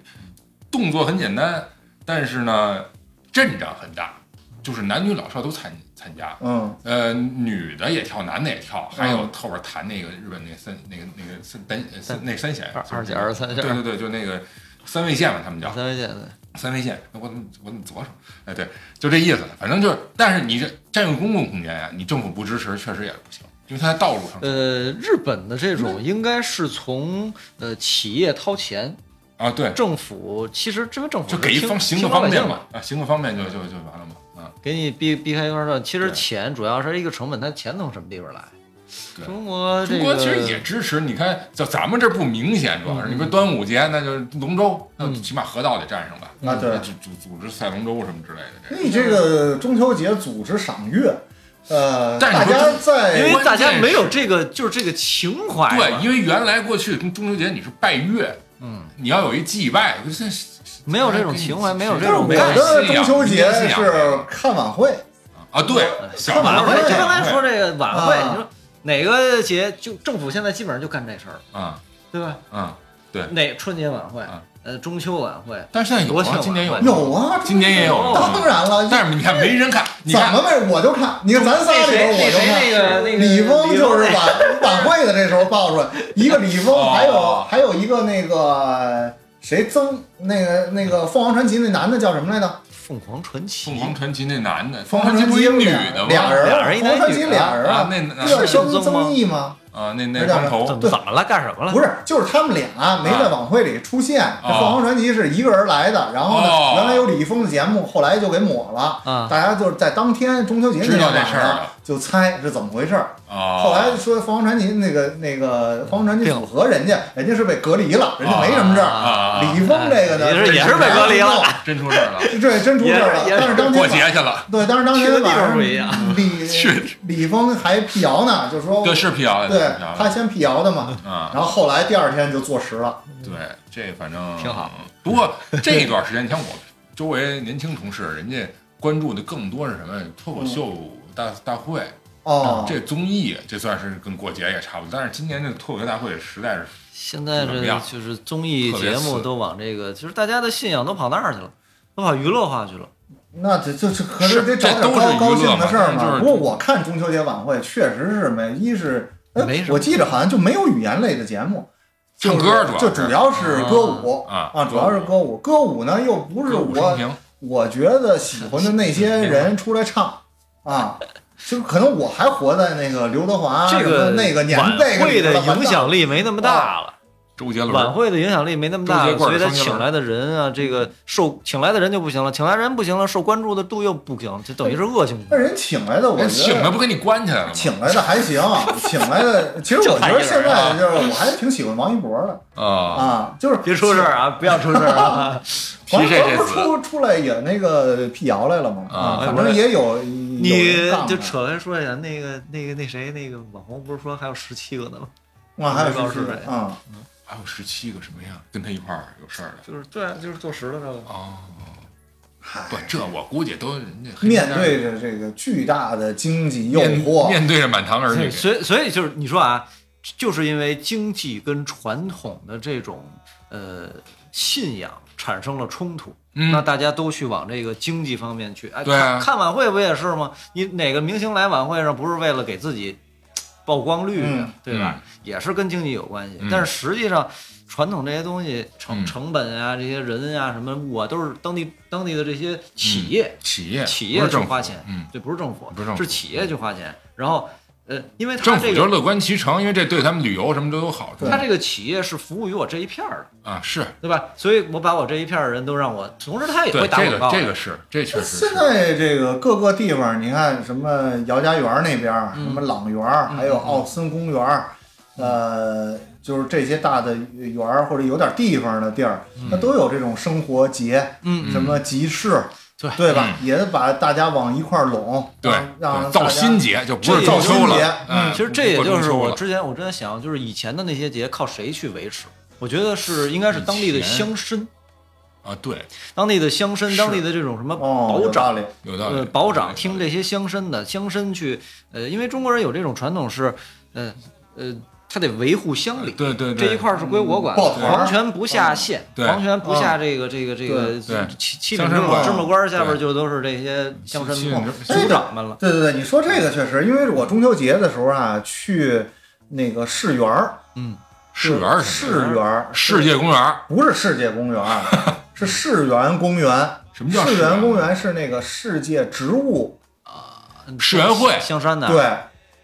S5: 动作很简单，但是呢阵仗很大，就是男女老少都参参加。
S2: 嗯，
S5: 呃，女的也跳，男的也跳，
S4: 嗯
S5: 还有后边弹那个日本那个三那个那个三单呃三那三弦，
S4: 二
S5: 就是
S4: 二弦儿三弦儿
S5: 对对对，就那个三味线嘛，他们叫
S4: 三位姐的，
S5: 三味线，我怎么我怎么左手？哎，对，就这意思。反正就是，但是你这占用公共空间呀、啊你政府不支持，确实也不行，因为它在道路上
S4: 呃，日本的这种应该是从呃企业掏钱，
S5: 啊，对，
S4: 政府其实这个政府
S5: 就给一
S4: 是
S5: 方
S4: 听
S5: 行
S4: 听
S5: 个
S4: 老百
S5: 方便
S4: 姓
S5: 嘛，啊，行个方便就就就完了嘛，啊，
S4: 给你避避开一块儿算。其实
S5: 对
S4: 钱主要是一个成本，它钱从什么地方来？
S5: 对
S4: 中国这
S5: 中
S4: 个
S5: 国其实也支持，你看，就咱们这不明显，主要是你说端午节，那就是龙舟，那
S4: 嗯
S5: 起码河道得占上吧，
S2: 啊对
S5: 那组组组织赛龙舟什么之类的，这
S2: 你这个中秋节组织赏月，呃，
S5: 但是
S2: 大
S5: 你说
S2: 家在
S4: 因为大
S5: 关键
S4: 家
S5: 是
S4: 没有这个就是这个情怀嘛，
S5: 对，因为原来过去中秋节你是拜月，
S4: 嗯，
S5: 你要有一祭拜，可是
S4: 没有这种情怀，没有这
S2: 就是
S4: 种
S2: 我
S5: 没有
S4: 概念。
S2: 的
S5: 信仰
S2: 中秋节
S5: 没有信仰
S2: 是看晚会，
S5: 啊，对，小时候
S4: 晚会，
S2: 晚
S4: 哎就
S2: 会
S4: 刚才说这个晚会，
S2: 啊
S4: 你说哪个节就政府现在基本上就干这事儿，
S5: 啊
S4: 对吧？
S5: 啊，
S4: 哪春节晚会
S5: 啊，
S4: 呃，中秋晚会，
S5: 但是现在有
S4: 多向
S5: 啊，
S4: 往
S5: 今年有啊
S2: 有啊，
S5: 今年也有啊，
S2: 当然了，
S5: 但是你看没人看，你
S2: 怎
S5: 看
S2: 么没我就看，你看咱仨里边我就
S4: 那
S2: 看
S4: 谁。那个那个
S2: 李峰就是
S4: 那
S5: *laughs*
S4: 个
S2: 晚晚会的这时候爆出来，一个李峰，
S5: 哦
S2: 还有还有一个那个谁曾那个那个凤凰传奇那男的叫什么来着？
S4: 凤凰传奇，
S5: 凤凰传奇那男的，
S2: 凤
S5: 凤
S2: 凰
S5: 凰传奇不是一
S2: 传奇
S5: 女
S2: 俩
S5: 的吗？
S2: 俩人
S4: 俩
S2: 啊，
S4: 人一
S2: 凤凰传奇
S4: 男一女
S2: 俩人
S5: 啊，那那
S2: 这
S4: 是嗯
S2: 曾
S4: 姓曾吗
S2: 曾毅吗？
S5: 啊那那
S2: 那叫
S5: 光头
S4: 怎么
S2: 对
S4: 怎么了？干什么了？
S2: 不是，就是他们俩没
S5: 啊
S2: 在晚会里出现。这凤凰传奇是一个人来的，然后呢，
S5: 哦
S2: 原来有李易峰的节目，后来就给抹了。
S4: 啊
S2: 大家就是在当天中秋节那
S5: 知道
S2: 天
S5: 这
S2: 晚
S5: 事儿
S2: 上
S5: 了
S2: 就猜是怎么回事儿。
S5: 啊，
S2: 后来说凤凰传奇那个那个凤凰传奇
S4: 病了
S2: 组合，人家人家是被隔离了，人家没什么事儿。
S5: 啊啊，
S2: 李易峰这个呢，
S4: 哎也是也是被隔离了，
S5: 真出事儿了，
S2: 这真出事儿了。
S4: 也是也是
S2: 但是当天
S5: 过
S2: 晚
S5: 节去了，
S2: 对，但是当天晚
S4: 去的地
S2: 上
S4: 方不一样
S5: *laughs*
S2: 李
S5: 去
S2: 李易峰还辟谣呢，就说
S5: 这是辟谣，
S2: 哦
S5: 辟
S2: 对
S5: 谣
S2: 他先辟谣的嘛，
S5: 啊，
S2: 然后后来第二天就坐实了。
S5: 对，这反正
S4: 挺好。
S5: 不过这一段时间，你像我周围年轻同事，人家关注的更多是什么？脱口秀大大会，
S2: 嗯
S5: 啊
S2: 哦，
S5: 这综艺，这算是跟过节也差不多。但是今年这脱口秀大会实在是
S4: 现在
S5: 怎么
S4: 这
S5: 样
S4: 就是综艺节目都往这个，就是大家的信仰都跑那儿去了，都跑娱乐化去了。
S2: 那这这这可是
S5: 是
S2: 得找
S5: 这
S2: 点
S5: 都是
S2: 高
S5: 娱
S2: 高
S5: 乐
S2: 兴的
S5: 嘛
S2: 事儿
S5: 就是
S2: 不过我看中秋节晚会确实是没，一是哎
S4: 没什么
S2: 我记着好像就没有语言类的节目，
S5: 唱
S2: 就是
S5: 歌主要
S2: 就是主要是歌舞
S5: 啊
S2: 啊，主要是歌舞。歌舞呢又不是
S5: 歌舞升
S2: 我
S5: 平，
S2: 我觉得喜欢的那些人出来唱啊。就是可能我还活在那个刘德华
S4: 啊
S2: 啊
S4: 这
S2: 什么
S4: 个
S2: 那个年
S4: 晚
S2: 代，
S4: 会的影响力没那么大了，
S5: 周杰伦
S4: 晚
S5: 儿，
S4: 会的影响力没那么大
S5: 周杰，棍儿
S4: 所以他
S5: 双截
S4: 请
S5: 棍儿
S4: 来的人啊，这个受请来的人就不行了，请来人不行了，受关注的度又不行，这等于是恶性
S2: 那
S4: 循
S2: 人请来的，我
S5: 人
S2: 觉
S5: 请
S2: 得
S5: 的不给你关起来了吗？
S2: 请来的还行，请来的，其实我觉得现在就是我还挺喜欢王一博的
S5: 啊，
S2: 啊，就是
S4: 别出事儿啊，不要出事儿 *laughs* 啊！
S2: 王一博
S5: PJ 这
S2: 不是
S5: 次
S2: 出出来也那个辟谣来了吗？
S5: 啊
S2: 反正也有有
S4: 你
S2: 人杠
S4: 就
S2: 他
S4: 扯开说一下，那个、那个、那谁，那个网红不是说还有十七个呢吗？
S2: 哇，还有
S4: 不知道
S2: 十
S4: 是
S2: 七
S4: 谁
S2: 啊，
S5: 还有十七个什么呀？跟他一块儿有事儿的
S4: 就是对啊，就是坐实了这个。
S5: 哦，
S2: 嗨
S5: 不，，这我估计都人家黑名
S2: 面
S5: 单
S2: 对着这个巨大的经济诱
S5: 面
S2: 惑，
S5: 面对着满堂儿女，
S4: 所以，所以就是你说啊，就是因为经济跟传统的这种呃信仰产生了冲突，那
S5: 嗯，
S4: 大家都去往这个经济方面去。哎，
S5: 对啊
S4: 看看晚会不也是吗？你哪个明星来晚会上不是为了给自己曝光率啊，
S2: 嗯
S4: 对吧？也是跟经济有关系。
S5: 嗯
S4: 但是实际上，传统这些东西成
S5: 嗯
S4: 成本啊，这些人啊，什么物啊，都是当地当地的这些企业，
S5: 企业
S4: 企
S5: 嗯不
S4: 业
S5: 是
S4: 去
S5: 政府
S4: 花钱，
S5: 嗯，
S4: 对，不是政府，
S5: 不是政府
S4: 是企业去花钱。然后，呃，因为他
S5: 政府
S4: 这
S5: 就是
S4: 个
S5: 乐观其成，因为这对他们旅游什么都有好处
S2: 对
S4: 他这个企业是服务于我这一片儿的，
S5: 啊，是
S4: 对吧？所以我把我这一片儿的人都让我，同时他也
S5: 对
S4: 会打
S5: 这
S4: 广告
S5: 个
S4: 啊，
S5: 这个是这确实
S2: 现
S5: 是
S2: 在这个各个地方，你看什么姚家园那边儿，什
S5: 嗯
S2: 么朗园儿，还有奥森公园儿，呃，就是这些大的园儿或者有点地方的地儿，
S5: 嗯
S2: 它都有这种生活节，
S4: 嗯
S2: 什么集市，
S4: 对
S2: 对吧？也把大家往一块儿拢，
S5: 嗯对
S2: 让让
S5: 造
S2: 大家
S5: 新节就不
S4: 这
S5: 是中
S4: 也
S5: 秋
S2: 就是
S5: 了，嗯，
S4: 其实这也
S5: 不
S4: 就
S5: 中
S4: 是
S5: 秋
S4: 我
S5: 了
S4: 之前我之前想，就是以前的那些节靠谁去维持？我觉得是应该是当地的
S5: 以前
S4: 乡绅，
S5: 啊，对，
S4: 当地的乡绅，
S5: 是
S4: 当地的这种什么
S2: 哦，
S4: 保
S2: 有
S4: 长，
S2: 道理，
S5: 有道理
S4: 呃，，保长听这些乡绅的，乡绅去，呃，因为中国人有这种传统是，呃呃，他得维护乡里。
S5: 对对对，
S4: 这一块儿是归我管，
S2: 嗯抱团儿
S4: 皇权不下县，
S5: 嗯对
S4: 皇权不下这个这个这个
S2: 对
S5: 对
S4: 七七品
S5: 乡
S4: 芝
S5: 绅
S4: 麻
S5: 管
S4: 芝麻官儿下边
S5: 对
S4: 就都是这些乡
S5: 七
S4: 绅
S5: 品
S4: 们、
S5: 芝
S4: 族长们了。
S2: 哎对对对，你说这个确实，因为我中秋节的时候啊，去那个市园儿，
S4: 嗯，
S5: 世园儿什么
S2: 市园儿，
S5: 世界公园儿
S2: 不是世界公园
S5: *laughs*
S2: 儿，是世园公园。
S5: 什么叫
S2: 世
S5: 世园啊
S2: 园公园？是那个世界植物，
S5: 世园会
S4: 香山的，
S2: 对，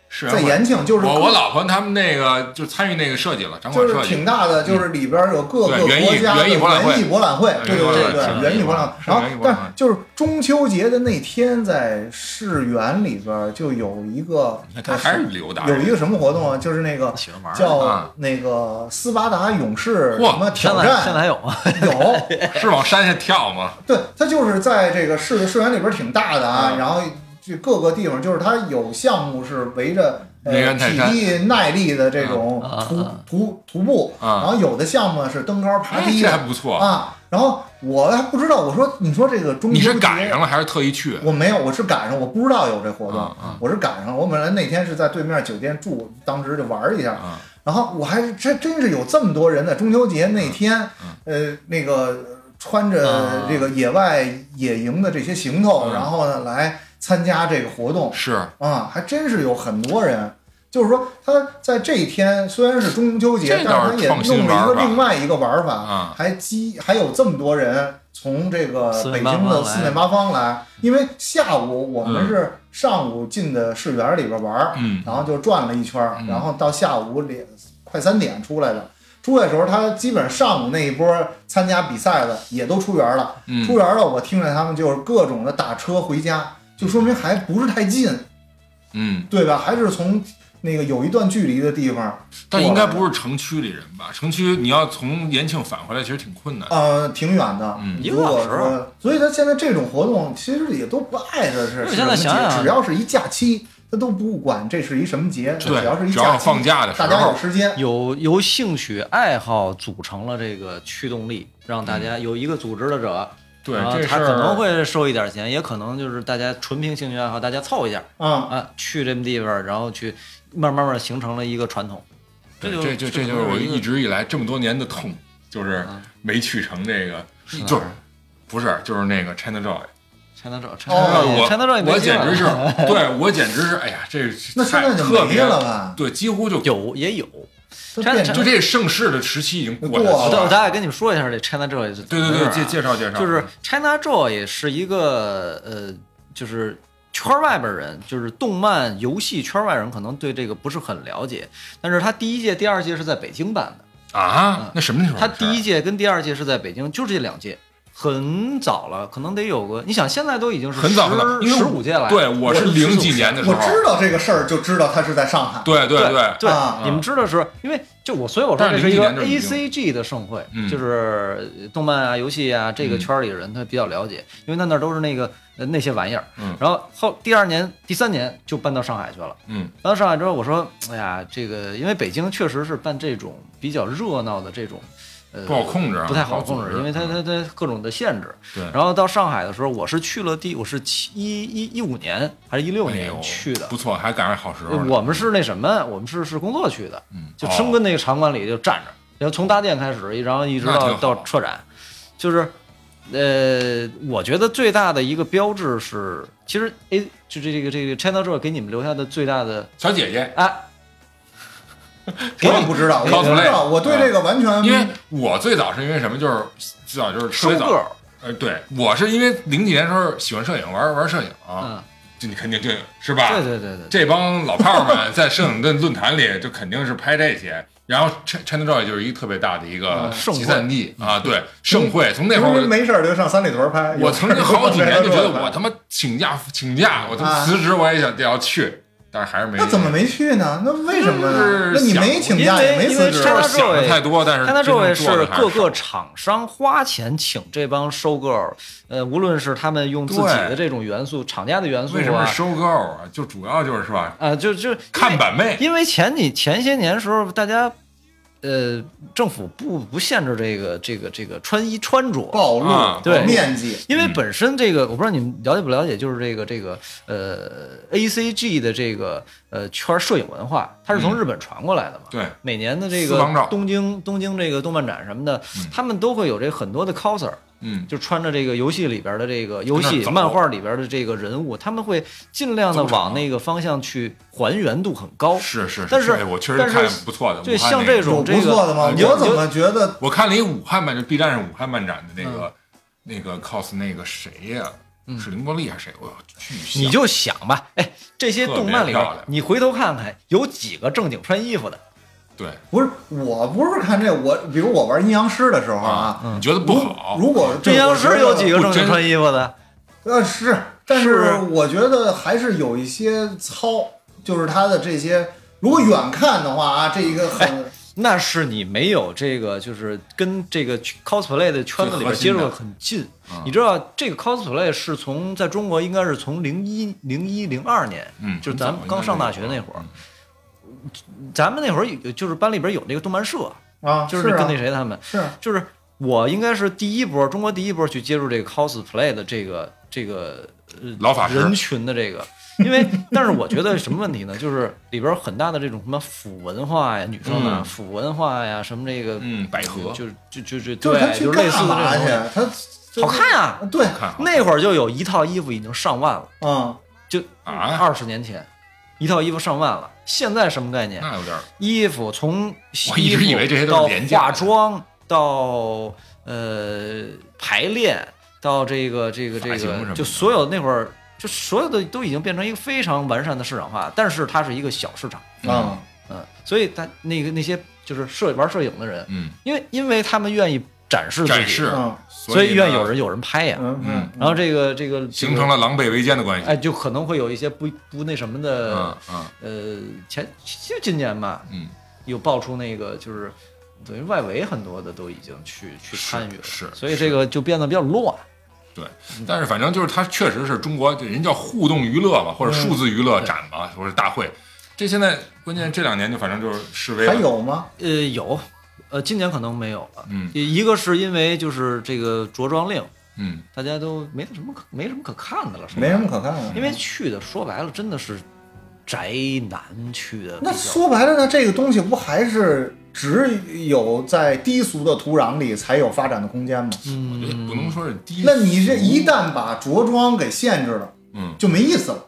S5: 世园
S2: 在
S5: 会
S2: 延庆就是
S5: 我我老婆他们那个就参与那个设计了，展
S2: 就
S5: 馆
S2: 是
S5: 设计
S2: 挺大的，就是里边有各个
S5: 嗯对园艺
S2: 国家的
S5: 园艺博览会哎
S2: 园艺博览会，对对对
S4: 园
S2: 对，
S4: 艺
S2: 园艺博览
S5: 是
S2: 然后
S5: 园艺，博览会
S2: 但就是中秋节的那天，在世园里边就有一个
S5: 你看，他还是旅游达
S2: 有
S5: 人，
S2: 一个什么活动啊？就是那个
S4: 喜欢玩儿。
S2: 叫
S5: 啊
S2: 那个斯巴达勇士
S5: 嚯
S2: 什么
S4: 现
S2: 挑
S4: 在现在
S2: 战
S4: 还有吗？ *laughs*
S2: 有，
S5: 是往山下跳吗？
S2: 对，它就是在这个市市园里边儿挺大的啊，
S5: 嗯
S2: 然后就各个地方，就是它有项目是围着
S5: 人
S2: 呃
S5: 猿泰
S2: 体
S5: 山嗯
S2: 力耐力的这种
S4: 啊啊
S2: 徒
S4: 啊
S2: 徒徒步，
S5: 啊
S2: 然后有的项目是登高爬
S5: 哎，
S2: 低
S5: 这还
S2: 的
S5: 不错。
S2: 啊。然后我还不知道，我说你说这个中
S5: 你
S2: 秋
S5: 是
S2: 节
S5: 赶上了还是特意去？
S2: 我没有，我是赶上，我不知道有这活动
S5: 啊啊，
S2: 我是赶上。我本来那天是在对面酒店住，当时就玩儿一下，
S5: 啊，
S2: 然后我还真真是有这么多人在中秋节那天，
S5: 嗯
S2: 呃，那个穿着
S4: 啊
S2: 这个野外野营的这些行头，
S5: 嗯
S2: 然后呢来参加这个活动
S5: 是
S2: 啊，还真是有很多人。就是说，他在这一天虽然是中秋节，
S5: 这
S2: 但
S5: 倒
S2: 是
S5: 是
S2: 他也
S5: 创新
S2: 弄了一个
S5: 玩法
S2: 另外一个玩法，
S5: 啊
S2: 还激还有这么多人从这个
S4: 四
S2: 北
S4: 面八
S2: 京的
S4: 方来
S2: 四面八方来，因为下午我们
S5: 嗯
S2: 是上午进的市园里边玩儿，
S5: 嗯
S2: 然后就转了一圈儿，
S5: 嗯
S2: 然后到下午两快三点出来的。出来的时候，他基本上上午那一波参加比赛的也都出园了。
S5: 嗯
S2: 出园了，我听着他们就是各种的打车回家，就说明还不是太近，
S5: 嗯，
S2: 对吧？还是从那个有一段距离的地方，
S5: 但应该不是城区里人吧？城区你要从延庆返回来，其实挺困难。
S2: 呃，挺远的。
S5: 嗯
S4: 一
S2: 如
S4: 个小
S2: 果
S4: 时啊
S2: 说，所以他现在这种活动其实也都不碍着是
S4: 我
S2: 是什
S4: 现
S2: 么
S4: 在
S2: 节
S4: 想想，
S2: 只要是一假期，他都不管这是一什么节，
S5: 对，
S2: 只要是一
S5: 只要
S2: 假
S5: 是放
S2: 期，
S5: 假的时
S2: 大家有
S5: 候，
S2: 时间，
S4: 有由兴趣爱好组成了这个驱动力，让大家有一个组织的者，
S5: 嗯对
S4: 然后
S5: 这事
S4: 啊他可能
S5: 儿
S4: 会收一点钱，也可能就是大家纯凭兴趣爱好，大家凑一下
S2: 啊，
S4: 啊，去这么地方，然后去慢慢慢形成了一个传统。
S5: 对
S4: 就啊
S5: 这就这就是我一直以来这么多年的痛，就是没去成这个，就是不是就是那个 China Joy。
S4: China 照
S2: 哦
S5: 我
S4: China 照也没
S5: 我
S4: 劲
S5: 简
S4: 了 *laughs*
S5: 直是，对我简直是，哎呀，这
S2: 那现在就
S5: 特
S2: 没
S5: 别
S2: 了吧？
S5: 对，几乎就
S4: 有也有，
S5: 哦
S2: 都变
S4: 真
S5: 就
S2: 成
S5: 这盛世的时期已经过去
S2: 过
S4: 我
S2: 了
S5: 了。
S4: 大概跟你们说一下这 China 照也是
S5: 对对对，
S4: 怎么回事
S5: 介
S4: 啊
S5: 介绍介绍，
S4: 就是 China Joy 是一个呃，就是圈儿外边人，就是动漫游戏圈儿外人可能对这个不是很了解，但是它第一届、第二届是在北京办的，
S5: 啊
S4: 嗯，
S5: 那什么时候的事
S4: 他
S5: 儿啊？
S4: 第一届跟第二届是在北京，就是这两届，很早了，可能得有个，你想现在都已经是
S5: 很早很早，因为
S4: 十五届了，
S5: 对，我是零几年的时
S2: 我
S5: 候，
S2: 知道这个事儿，就知道他是在上海。
S5: 对对
S4: 对
S5: 对，
S4: 对
S2: 啊，
S4: 你们知道是，因为就我，所以我说
S5: 但
S4: 这
S5: 是
S4: 是一个
S5: 零几年就
S4: A
S5: 已经
S4: C G 的盛会
S5: 嗯，
S4: 就是动漫啊、游戏啊这个圈儿里的人他比较了解，因为那那儿都是那个呃那些玩意儿
S5: 嗯。
S4: 然后后第二年、第三年就搬到上海去了。
S5: 嗯
S4: 搬到上海之后，我说，哎呀，这个因为北京确实是办这种比较热闹的这种，呃，
S5: 不好控制啊
S4: 不太好控
S5: 不好组
S4: 制，
S5: 织嗯
S4: 因为它它它各种的限制。
S5: 对
S4: 然后到上海的时候，我是去了第我是七一一一五年还是一六
S5: 哎
S4: 年
S5: 呦
S4: 去的，
S5: 不错，还赶上好时候呢。
S4: 我们是那什么，我们是是工作去的，
S5: 嗯
S4: 就
S5: 哦
S4: 生跟那个场馆里就站着，然后从搭建开始，然后一直
S5: 那挺
S4: 到
S5: 好
S4: 到撤展，就是，呃，我觉得最大的一个标志是，其实哎，就这这个这个 China Joy 给你们留下的最大的
S5: 小姐姐，
S4: 哎，
S2: 我也不知道，我不知
S5: Cosplay
S2: 道，我对这个完全
S5: 因为我最早是因为什么，就是最早就是
S4: 收
S5: 特别早，
S4: 购，
S5: 呃，对我是因为零几年的时候喜欢摄影，玩玩摄影啊，
S4: 嗯，
S5: 就你肯定对是吧？
S4: 对对对对，
S5: 这帮老炮儿们 *laughs* 在摄影论论坛里就肯定是拍这些，然后 Ch- China Joy 就是一个特别大的一个
S4: 嗯盛会
S5: 集散地啊，对盛会。从那会儿
S2: 没
S5: 我就，
S2: 没事儿就上三里屯拍。
S5: 我曾经好几年就觉得我他
S2: 他
S5: 妈请假请假，我他妈
S2: 啊
S5: 辞职我也想得要去，但是还是没。
S2: 那怎么没去呢？那为什么呢？
S5: 就
S2: 那
S5: 是
S2: 你
S5: 想
S2: 没请假也没
S4: 因为因
S2: 辞职
S4: 为
S5: 就是想的太多，但是
S4: 但他这位
S5: 真
S4: 是
S5: 正做的还
S4: 各个
S5: 少
S4: 厂商花钱请这帮收购，呃，无论是他们用自己
S5: 对
S4: 的这种元素、厂家的元素
S5: 为什么
S4: 啊
S5: 是，收购啊？就主要就是是吧，
S4: 啊，就就
S5: 看板妹，
S4: *laughs* 因为前几前些年时候，大家呃，政府不不限制这个这个这个穿衣穿着，
S2: 暴
S5: 啊
S2: 露
S4: 对
S2: 面积，
S4: 因为本身这
S5: 嗯
S4: 个我不知道你们了解不了解，就是这个这个呃 A C G 的这个呃圈儿摄影文化，它是从日本传过来的嘛。
S5: 嗯对，
S4: 每年的这
S5: 私房照
S4: 个东京东京这个动漫展什么的，他们都会有这很多的 coser，
S5: 嗯，
S4: 就穿着这个游戏里边的这个游
S5: 跟
S4: 戏
S5: 那儿走
S4: 漫画里边的这个人物，他们会尽量的
S5: 走场
S4: 往那个方向去还原度很高。
S5: 是是，
S4: 但是
S5: 哎我确实
S4: 但是
S5: 看不错的，
S4: 对
S5: 武汉
S4: 像
S5: 那个
S4: 这种
S2: 有不错的吗？
S4: 这个
S2: 我怎么觉得
S5: 我看了一武汉漫，就 B 站上武汉漫展的那
S2: 嗯
S5: 个、那个 cos 那个谁呀、是凌波丽还是谁？我巨像
S4: 你就想吧，哎，这些动漫
S5: 特别
S4: 里
S5: 漂亮
S4: 边，你回头看看，有几个正经穿衣服的？
S5: 对
S2: 不是？我不是看这，我比如我玩阴阳师的时候啊，
S5: 你觉得不好？
S2: 如果
S4: 阴阳师有几
S2: 个？
S4: 个正经穿衣服的？
S2: 呃，是，但
S4: 是
S2: 是我觉得还是有一些糙，就是他的这些，如果远看的话啊，这一个很
S4: 那是你没有这个，就是跟这个 cosplay 的圈子里边接触得很近。你知道这个 cosplay 是从在中国应该是从零一零一零二年，
S5: 嗯
S4: 就是咱们刚上大学那会儿，咱们那会儿有就是班里边有那个动漫社，
S2: 啊，
S4: 就是是跟
S2: 啊
S4: 那谁他们，
S2: 是啊
S4: 就是我应该是第一波，中国第一波去接触这个 cosplay 的这个这个呃
S5: 老法师
S4: 人群的这个，因为但是我觉得什么问题呢？就是里边很大的这种什么腐文化呀，女生啊
S5: 嗯
S4: 腐文化呀，什么这个
S5: 嗯百合
S4: 就就就就
S2: 就是他
S4: 对，
S2: 去
S4: 就类似
S2: 干
S4: 的
S2: 嘛
S4: 这
S2: 去
S4: 种，？
S2: 他
S4: 好看啊！
S2: 对
S5: 看好
S4: 那会儿就有一套衣服已经上万了，
S2: 啊，
S4: 就
S5: 啊，
S4: 二十年前，一套衣服上万了。现在什么概念？
S5: 那有点儿
S4: 衣服从
S5: 我一直
S4: 衣服
S5: 以为这些都是
S4: 到
S5: 廉价的
S4: 化妆到呃排练到这个这个这
S5: 发型什么
S4: 个，
S5: 的
S4: 就所有那会儿就所有的都已经变成一个非常完善的市场化，但是它是一个小市场，
S2: 啊，
S4: 嗯，所以它那个那些就是摄玩摄影的人，
S5: 嗯
S4: 因为因为他们愿意展示自己，
S5: 展示，
S2: 嗯
S4: 所以
S5: 呢
S4: 愿有人有人拍呀，
S2: 嗯
S5: 嗯
S2: 嗯，
S4: 然后这个这个
S5: 形成。了狼狈为奸的关系。
S4: 哎，就可能会有一些不不那什么的
S5: 嗯，嗯
S4: 呃，前就今年吧，
S5: 嗯，
S4: 有爆出那个就是等于外围很多的都已经去去参与了，
S5: 是是
S4: 所以这个就变得比较乱。
S5: 对，但是反正就是它确实是中国人叫互动娱乐嘛，
S2: 嗯
S5: 或者数字娱乐展嘛，或者大会。这现在关键这两年就反正就是示威了
S2: 嗯还有吗？
S4: 呃，有，呃，今年可能没有了。
S5: 嗯
S4: 一个是因为就是这个着装令，
S5: 嗯
S4: 大家都没什么可没什么可看的了，是吧
S2: 没什么可看的
S4: 因。为去的说白了真的是宅男去的比较，
S2: 那说白了呢，这个东西不还是只有在低俗的土壤里才有发展的空间
S4: 嗯
S2: 吗？
S5: 我觉得也不能说是低俗，
S2: 嗯那你这一旦把着装给限制了，
S5: 嗯
S2: 就没意思了。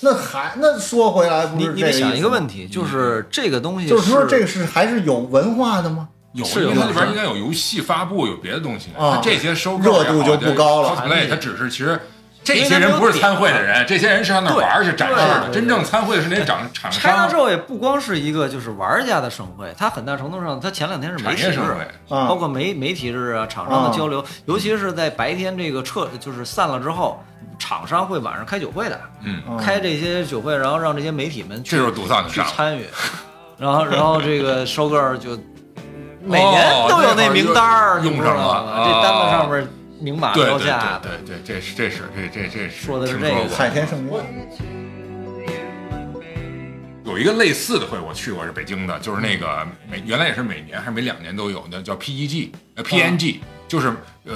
S2: 那还那说回来，不
S4: 你
S2: 是
S4: 你
S2: 这
S4: 得
S2: 个意
S4: 想
S2: 思
S4: 一个
S2: 吗嗯
S4: 问题，就是这个东西
S2: 就是说这个是还是有文化的吗？
S5: 有，
S4: 是有
S5: 因为它里
S4: 可
S5: 边
S4: 能
S5: 应该有游戏发布，有别的东西。
S2: 啊
S5: 它这些收购也好
S2: 热度就不高了
S4: 嗯
S5: 这 cosplay 它只是其实这些人不是参会的人，这些人是上那
S4: 对
S5: 玩儿去展示
S2: 对
S5: 的。
S2: 对
S5: 真正参会的是那些厂厂
S4: China
S5: 商
S4: Joy 不光是一个就是玩家的盛会，它很大程度上，它前两天是
S5: 产
S4: 媒体
S5: 业
S4: 日
S5: 盛，会，嗯
S2: 啊，
S4: 包括媒媒体日啊，厂商的交流，尤其是在白天这个撤就是散了之后，厂商会晚上开酒会的，
S5: 嗯，
S2: 嗯
S4: 开这些酒会，然后让这些媒体们去
S5: 这就是独丧的
S4: 去
S5: 上了。
S4: 参与，然后然后这个收割儿就每年都有那名单儿，
S5: 哦那会儿就
S4: 你知
S5: 用
S4: 道
S5: 上
S4: 吗
S5: 了哦
S4: 这单子上面明码
S5: 对
S4: 标
S5: 对对
S4: 价，
S5: 对对，这是这是这这这是
S4: 说的是
S5: 听
S4: 这个
S5: 过
S2: 海天盛宴。
S5: 有一个类似的会我去过，是北京的，就是那
S4: 嗯
S5: 个每原来也是每年还是每两年都有的，叫 PEG 呃
S4: 啊
S5: PNG，、就是呃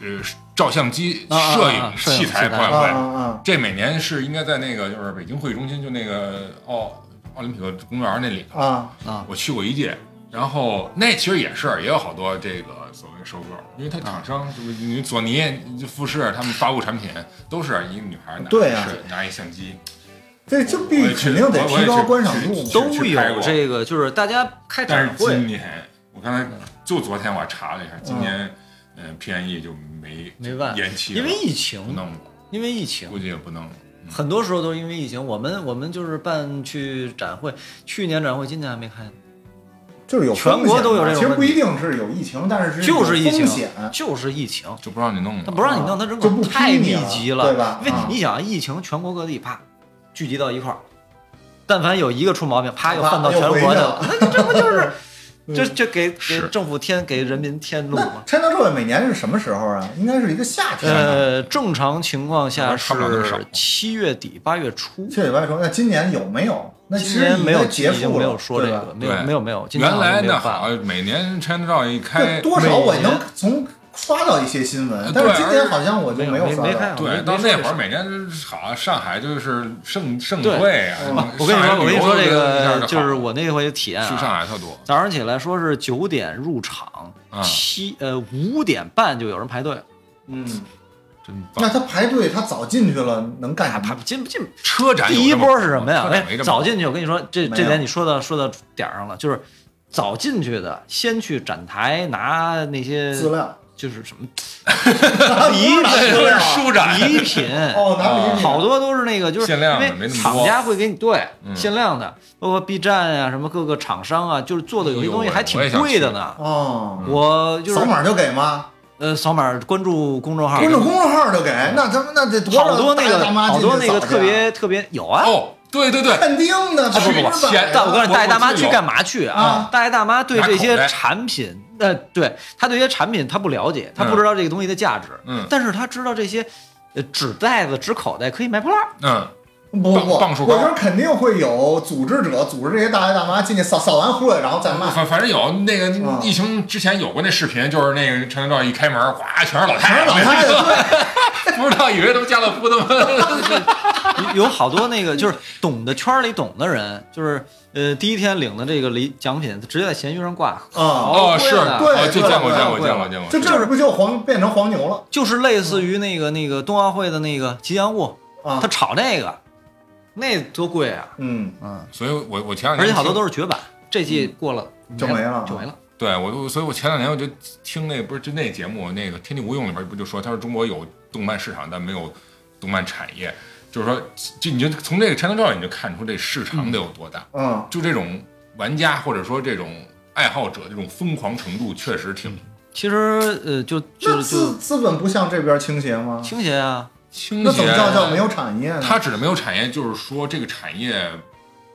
S5: 呃照相机
S4: 啊啊啊
S5: 摄
S4: 啊
S5: 影
S4: 摄影
S5: 器材
S4: 器材
S5: 博览
S2: 啊
S5: 会，
S2: 啊啊！
S5: 这每年是应该在那个就是北京会议中心，就那个奥奥林匹克公园那里，
S2: 啊，
S4: 啊，
S5: 我去过一届。然后那其实也是也有好多这个所谓收购，因为它厂商就是你索尼、富士他们发布产品都是一个女孩拿
S2: 对啊
S5: 是拿一相机，
S2: 这这必
S5: 我也去
S2: 肯定得
S5: 我我也
S2: 提高
S5: 去
S2: 观赏度
S5: 去
S2: 嘛
S5: 去
S4: 都
S5: 去拍
S4: 有
S5: 过
S4: 这个，就是大家
S5: *laughs*
S4: 开
S5: 但
S4: 展
S5: 是今
S4: 会
S5: 年我刚
S4: 嗯
S5: 才就昨天我还查了一下，今年嗯 PNE 就没
S4: 没办法，
S5: 延期了，
S4: 因为疫
S5: 不
S4: 情，
S5: 弄了，
S4: 因为疫情。
S5: 估计也不弄了。
S4: 很多时候都是因为疫情，我们我们就是办去展会，去年展会今年还没开呢，
S2: 就是有
S4: 全
S2: 风险
S4: 国都有
S2: 嘛
S4: 这种
S2: 其实
S4: 问
S2: 不
S4: 题
S2: 一定是有疫情，但是
S4: 就是疫
S2: 有
S4: 情
S2: 风险，
S4: 就是疫情，
S5: 就不让你弄
S4: 他
S5: 了。
S4: 不让你弄，
S2: 啊
S4: 他人
S2: 就
S4: 口
S2: 不批
S4: 太
S2: 你
S4: 密
S2: 了
S4: 集
S2: 对吧
S4: 因为
S2: 啊
S4: 你想，疫情全国各地啪聚集到一块儿，但凡有一个出毛病，啪又
S2: 啪
S4: 犯到
S2: 又
S4: 全国
S2: 回
S4: 去
S2: 去
S4: 了，那这不就是这
S2: *laughs* 嗯
S4: 这给给
S5: 是
S4: 政府添给人民添路
S2: 那
S4: 吗？
S2: China Joy 每年是什么时候啊？应该是一个夏 *laughs* 天吧，
S4: 呃，正常情况下
S5: 差不了那么少
S4: 是七月底八月初，
S2: 七月八说，那今年有没有？那其
S4: 今
S2: 实
S4: 年没有
S2: 已经结
S4: 已经
S2: 束
S4: 没
S2: 了，
S4: 有说这
S2: 对吧
S4: 个，没有
S5: 对
S4: 没有没有，今年
S5: 原来
S4: 没有
S5: 那
S4: 办
S5: 好，每年 China 照一开
S2: 这，多少我也能
S4: 每年
S2: 从刷到一些新
S5: 呃
S2: 闻，但是
S5: 对
S2: 今年好像我就
S4: 没有
S2: 有
S4: 没
S2: 刷
S4: 没
S2: 到
S4: 看我
S5: 对
S4: 没，
S5: 到
S4: 没
S5: 那
S4: 说
S5: 会儿
S4: 是
S5: 每年好上海就是盛盛
S4: 对
S5: 会啊
S2: 嗯。
S4: 我跟你说，我跟你说这个，
S5: 就
S4: 就是我那回体验
S5: 去上
S4: 啊，
S5: 海特多，
S4: 早上起来说是九点入场，
S5: 嗯
S4: 七呃五点半就有人排队了，
S2: 嗯，
S5: 真
S2: 那
S5: 棒。
S2: 他排队，他早进去了，能干什
S4: 啊排
S2: 么？
S4: 不进不进。
S5: 车展有
S4: 第一
S5: 这么
S4: 波是什么呀？
S5: 车展没
S4: 哎，
S5: 这么
S4: 早进去，我跟你说，这
S2: 没
S4: 这
S2: 有
S4: 点你说到说到点儿上了，就是早进去的，先去展台拿那些
S2: 资，料，
S4: 就
S5: *laughs*
S4: 是什么
S2: 不是拿资料啊
S5: 舒展
S4: 礼品，
S2: 哦，拿礼
S4: 嗯 *laughs*
S2: 品
S4: 好多都是那个，就是
S5: 限量
S4: 因
S5: 的
S4: 为
S5: 没那么
S4: 厂
S5: 多
S4: 家会给你对
S5: 嗯
S4: 限量的，包括 B 站啊，什么各个厂商啊，就是做的有些东西还挺
S5: 哎呦我
S4: 贵
S5: 也想
S4: 的
S5: 去嗯
S4: 呢。
S2: 哦，
S4: 我就是
S2: 扫码就给吗？
S4: 呃，扫码关注公众号，
S2: 关注公众号就给，那他们那得多少
S4: 好多那
S2: 大
S4: 个
S2: 大妈
S4: 好
S2: 进去
S4: 多那个
S2: 扫去啊
S4: 特别特别有啊。
S5: 哦，对对对，
S2: 淡定的，
S5: 啊不不不
S2: 百分之百
S5: 钱
S4: 但我告诉你，
S5: 我
S4: 大爷大妈
S5: 我记得
S4: 去
S5: 有
S4: 干嘛去啊
S2: 啊？
S4: 大爷大妈对
S5: 拿
S4: 这
S5: 口
S4: 些
S5: 袋
S4: 产品，呃，对她对这些产品她不了解，她
S5: 嗯
S4: 不知道这个东西的价值，
S5: 嗯
S4: 但是她知道这些，呃，纸袋子、纸口袋可以卖破烂儿，
S5: 嗯，
S2: 不不不，
S5: 棒棒数
S2: 我
S5: 高
S2: 觉得肯定会有组织者组织这些大爷大妈进去扫扫完忽悠，然后再骂。
S5: 反反正有那个
S2: 嗯
S5: 疫情之前有过那视频，就是那个陈德照一开门，哗，全是老
S2: 全
S5: 太
S2: 是
S5: 太，
S2: 老太太，
S5: 嗯
S2: *laughs* 啊哦对，
S5: *laughs* 不知道以为他们家乐福 *laughs* 他们
S4: 有有好多那个就是懂的圈儿里懂的人，就是呃第一天领的这个礼奖品，直接在闲鱼上挂，
S2: 啊，
S5: 哦，
S4: 贵
S5: 是，
S4: 了
S2: 对
S5: 哦就
S2: 对
S5: 见过
S2: 对
S5: 见过
S4: 贵
S5: 见
S4: 了
S5: 过见过，
S2: 这这不就黄变成黄牛了
S4: 就是类似于那个那个冬奥会的那个吉祥物，
S2: 啊
S4: 他？炒那个，那多贵啊！
S2: 嗯，
S4: 嗯，
S5: 所以我我前两天
S4: 而且好多
S5: 听
S4: 都是绝版，这季过了
S2: 就没了
S4: 就没了。
S5: 对我我所以我前两天我就听那不是就那节目那个《天地无用》里边不就说，他说中国有动漫市场，但没有动漫产业，就是说就你就从这个陈德照你就看出这市场得有多大，
S2: 嗯，
S5: 就这种玩家或者说这种爱好者这种疯狂程度确实
S2: 嗯
S5: 挺
S4: 其实呃，就
S2: 那
S4: 就就
S2: 资资本不向这边倾斜吗？
S4: 倾斜啊，
S5: 倾斜。呃
S2: 那怎么叫
S5: 啊
S2: 叫没有产业呢？
S5: 他指的没有产业，就是说这个产业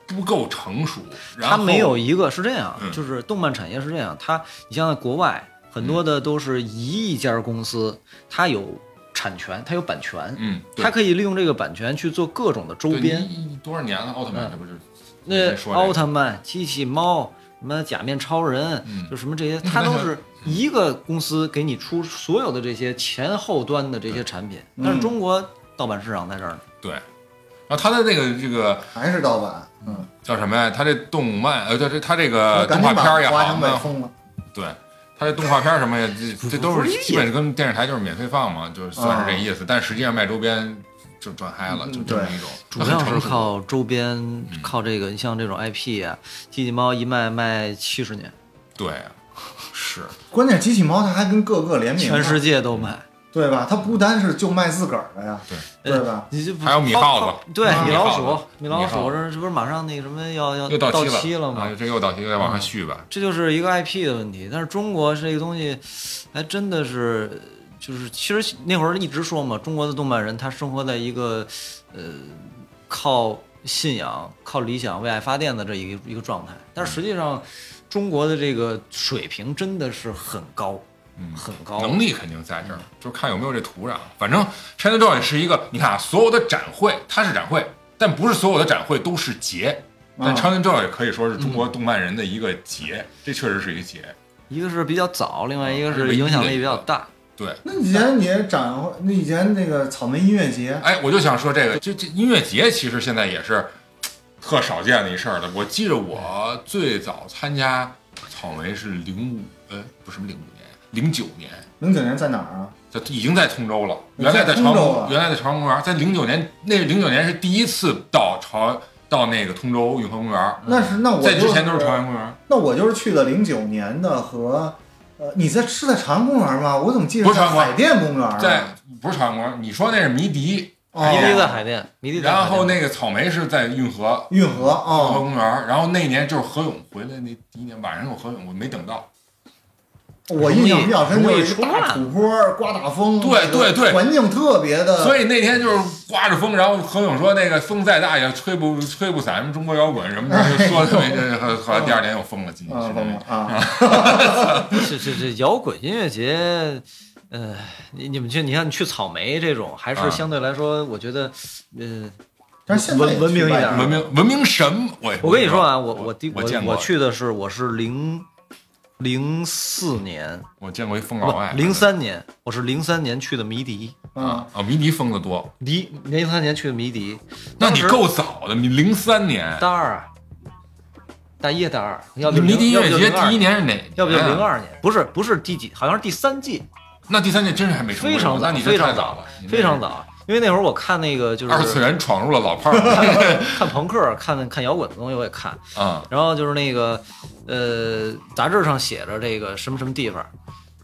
S5: 不够成熟，然
S4: 它
S5: 后
S4: 没有一个是这样，
S5: 嗯
S4: 就是动漫产业是这样，它你像在国外很多的都是一亿家公司，它有产权，它有版权，
S5: 嗯，对
S4: 它可以利用这个版权去做各种的周
S5: 对
S4: 边，
S5: 你你多少年了，奥特曼这不是
S4: 那
S5: 说这个
S4: 奥特曼、机器猫、什么假面超人，
S5: 嗯
S4: 就什么这些，它都是一个公司给你出所有的这些前后端的这些产品，
S2: 嗯
S4: 但是中国盗版市场在这儿呢，
S5: 对，然后啊他的那个这个。
S2: 还是盗版？嗯，
S5: 叫什么呀？他这动漫，呃，这这他这个动画
S2: 赶紧
S5: 片儿
S2: 把
S5: 也
S2: 华
S5: 好，
S2: 强北
S5: 漫
S2: 封了。
S5: 对，他这动画片儿什么呀，这这都
S4: 不
S5: 是
S4: 是
S5: 基本跟电视台就是免费放嘛，就是算是这意思。但实际上卖周边就赚嗨了，
S2: 嗯
S5: 就这么一种。
S4: 主
S5: 它很
S4: 要
S5: 成
S4: 是
S5: 熟
S4: 靠周
S5: 嗯
S4: 边，靠这个，你像这种 IP 啊，机器猫一卖卖七十年，
S5: 对，是嗯
S2: 关键机器猫它还跟各个联名呢，
S4: 全世界都卖，
S2: 对吧？它不单是就卖自个儿的呀，对吧？
S4: 呃你这不
S5: 还有米耗子
S4: 对
S2: 啊
S4: 米老鼠，
S5: 米
S4: 米老
S5: 耗子
S4: 鼠这这不是马上那个什么要要
S5: 又到
S4: 到
S5: 期
S4: 了吗
S5: 啊？，这又到期，又得往上续吧。
S4: 这就是一个 IP 的问题。但是中国这个东西，还真的是，呃就是其实那会儿一直说嘛，中国的动漫人他生活在一个，呃，靠信仰、靠理想为爱发电的这一个一个状态。但是实际上，中国的这个水平真的是很高，
S5: 嗯
S4: 很高。
S5: 能力肯定在这儿，就是看有没有这土壤。反正 China Joy 是一个，你看啊，所有的展会它是展会，但不是所有的展会都是节。但
S2: 啊
S5: China Joy 可以说是中国动漫人的一个节，这确实是一个节。
S4: 一个是比较早，另外一个
S5: 这个
S4: 是
S5: 一
S4: 影响
S5: 定
S4: 力比较大。
S5: 对，
S2: 那以前你也展会，那以前那个草莓音乐节，
S5: 哎，我就想说这个，这这音乐节其实现在也是特少见的一事儿了。我记着我最早参加草莓是零五，呃，不是零五年，零九年，
S2: 零九年在哪儿啊？
S5: 就已经在通州了。
S2: 你
S5: 原来
S2: 在
S5: 在
S2: 通
S5: 朝阳
S2: 州啊
S5: 公，原来在朝阳公园，在零九年，那零九年是第一次到朝到那个通州运河公园，
S2: 那是那我
S5: 嗯在
S2: 就
S5: 之前都是朝阳公园，
S2: 那我就是去的零九年的和，呃，你在是在朝阳公园吗？我怎么记得
S5: 不是
S2: 在
S5: 朝阳公园
S2: 海淀公园啊？
S5: 在不是朝阳公园，你说那是迷笛，
S2: 哦
S4: 迷笛在海淀，迷笛在海淀。
S5: 然后那个草莓是在运河。
S2: 运
S5: 运
S2: 河
S5: 河
S2: 哦，
S5: 公园，然后那年就是何勇回来那第一年晚上有何勇，我没等到，
S2: 我印象比较深
S4: 容
S2: 就
S4: 易
S2: 是一
S4: 出汗
S2: 大土坡，刮大风，
S5: 对对对
S2: 环境特别的，
S5: 所以那天就是刮着风，然后何勇说那个风再大也吹不吹不散中国摇滚什么的，就说的没这，
S2: *laughs*
S5: 后后来第二年又疯了，进去
S2: 啊，
S5: 是
S2: 朋友
S5: 那
S2: 啊，
S4: *laughs* 这这这摇滚音乐节，呃，你你们去，你看你去草莓这种，还
S5: 啊
S4: 是相对来说，我觉得，呃，
S2: 但是现在也
S4: 文文明一点
S2: 去
S5: 个
S2: 外地
S5: 文明文明什么？我也不
S4: 我跟你
S5: 知
S4: 说
S5: 道
S4: 啊，我
S5: 我
S4: 第
S5: 我
S4: 我
S5: 见过
S4: 我去的是我是零零四年，
S5: 我见过一疯老
S4: 不
S5: 外，
S4: 零三年，我是零三年去的迷笛，
S2: 啊
S5: 啊，啊，迷笛疯的多。
S4: 零零三年去的迷笛，
S5: 那
S4: 当
S5: 你
S4: 时
S5: 够早的，你零三年，
S4: 大二啊，大一啊大二，要不就
S5: 迷笛音
S4: 零
S5: 乐节第一，
S4: 要不就02
S5: 年是哪？
S4: 要不就零
S5: 哎呀？
S4: 二年，不是不是第几，好像是第三季，
S5: 那第三届真是还没成
S4: 非
S5: 功
S4: 常
S5: 那
S4: 早，
S5: 你这
S4: 非
S5: 太
S4: 常
S5: 早
S4: 早
S5: 了，，你这
S4: 非常早。啊因为那会儿我看那个就是
S5: 二次元闯入了老炮
S4: 看
S5: 儿
S4: *laughs* 看朋克、看看摇滚的东西我也看，
S5: 啊！
S4: 然后就是那个呃，杂志上写着这个什么什么地方，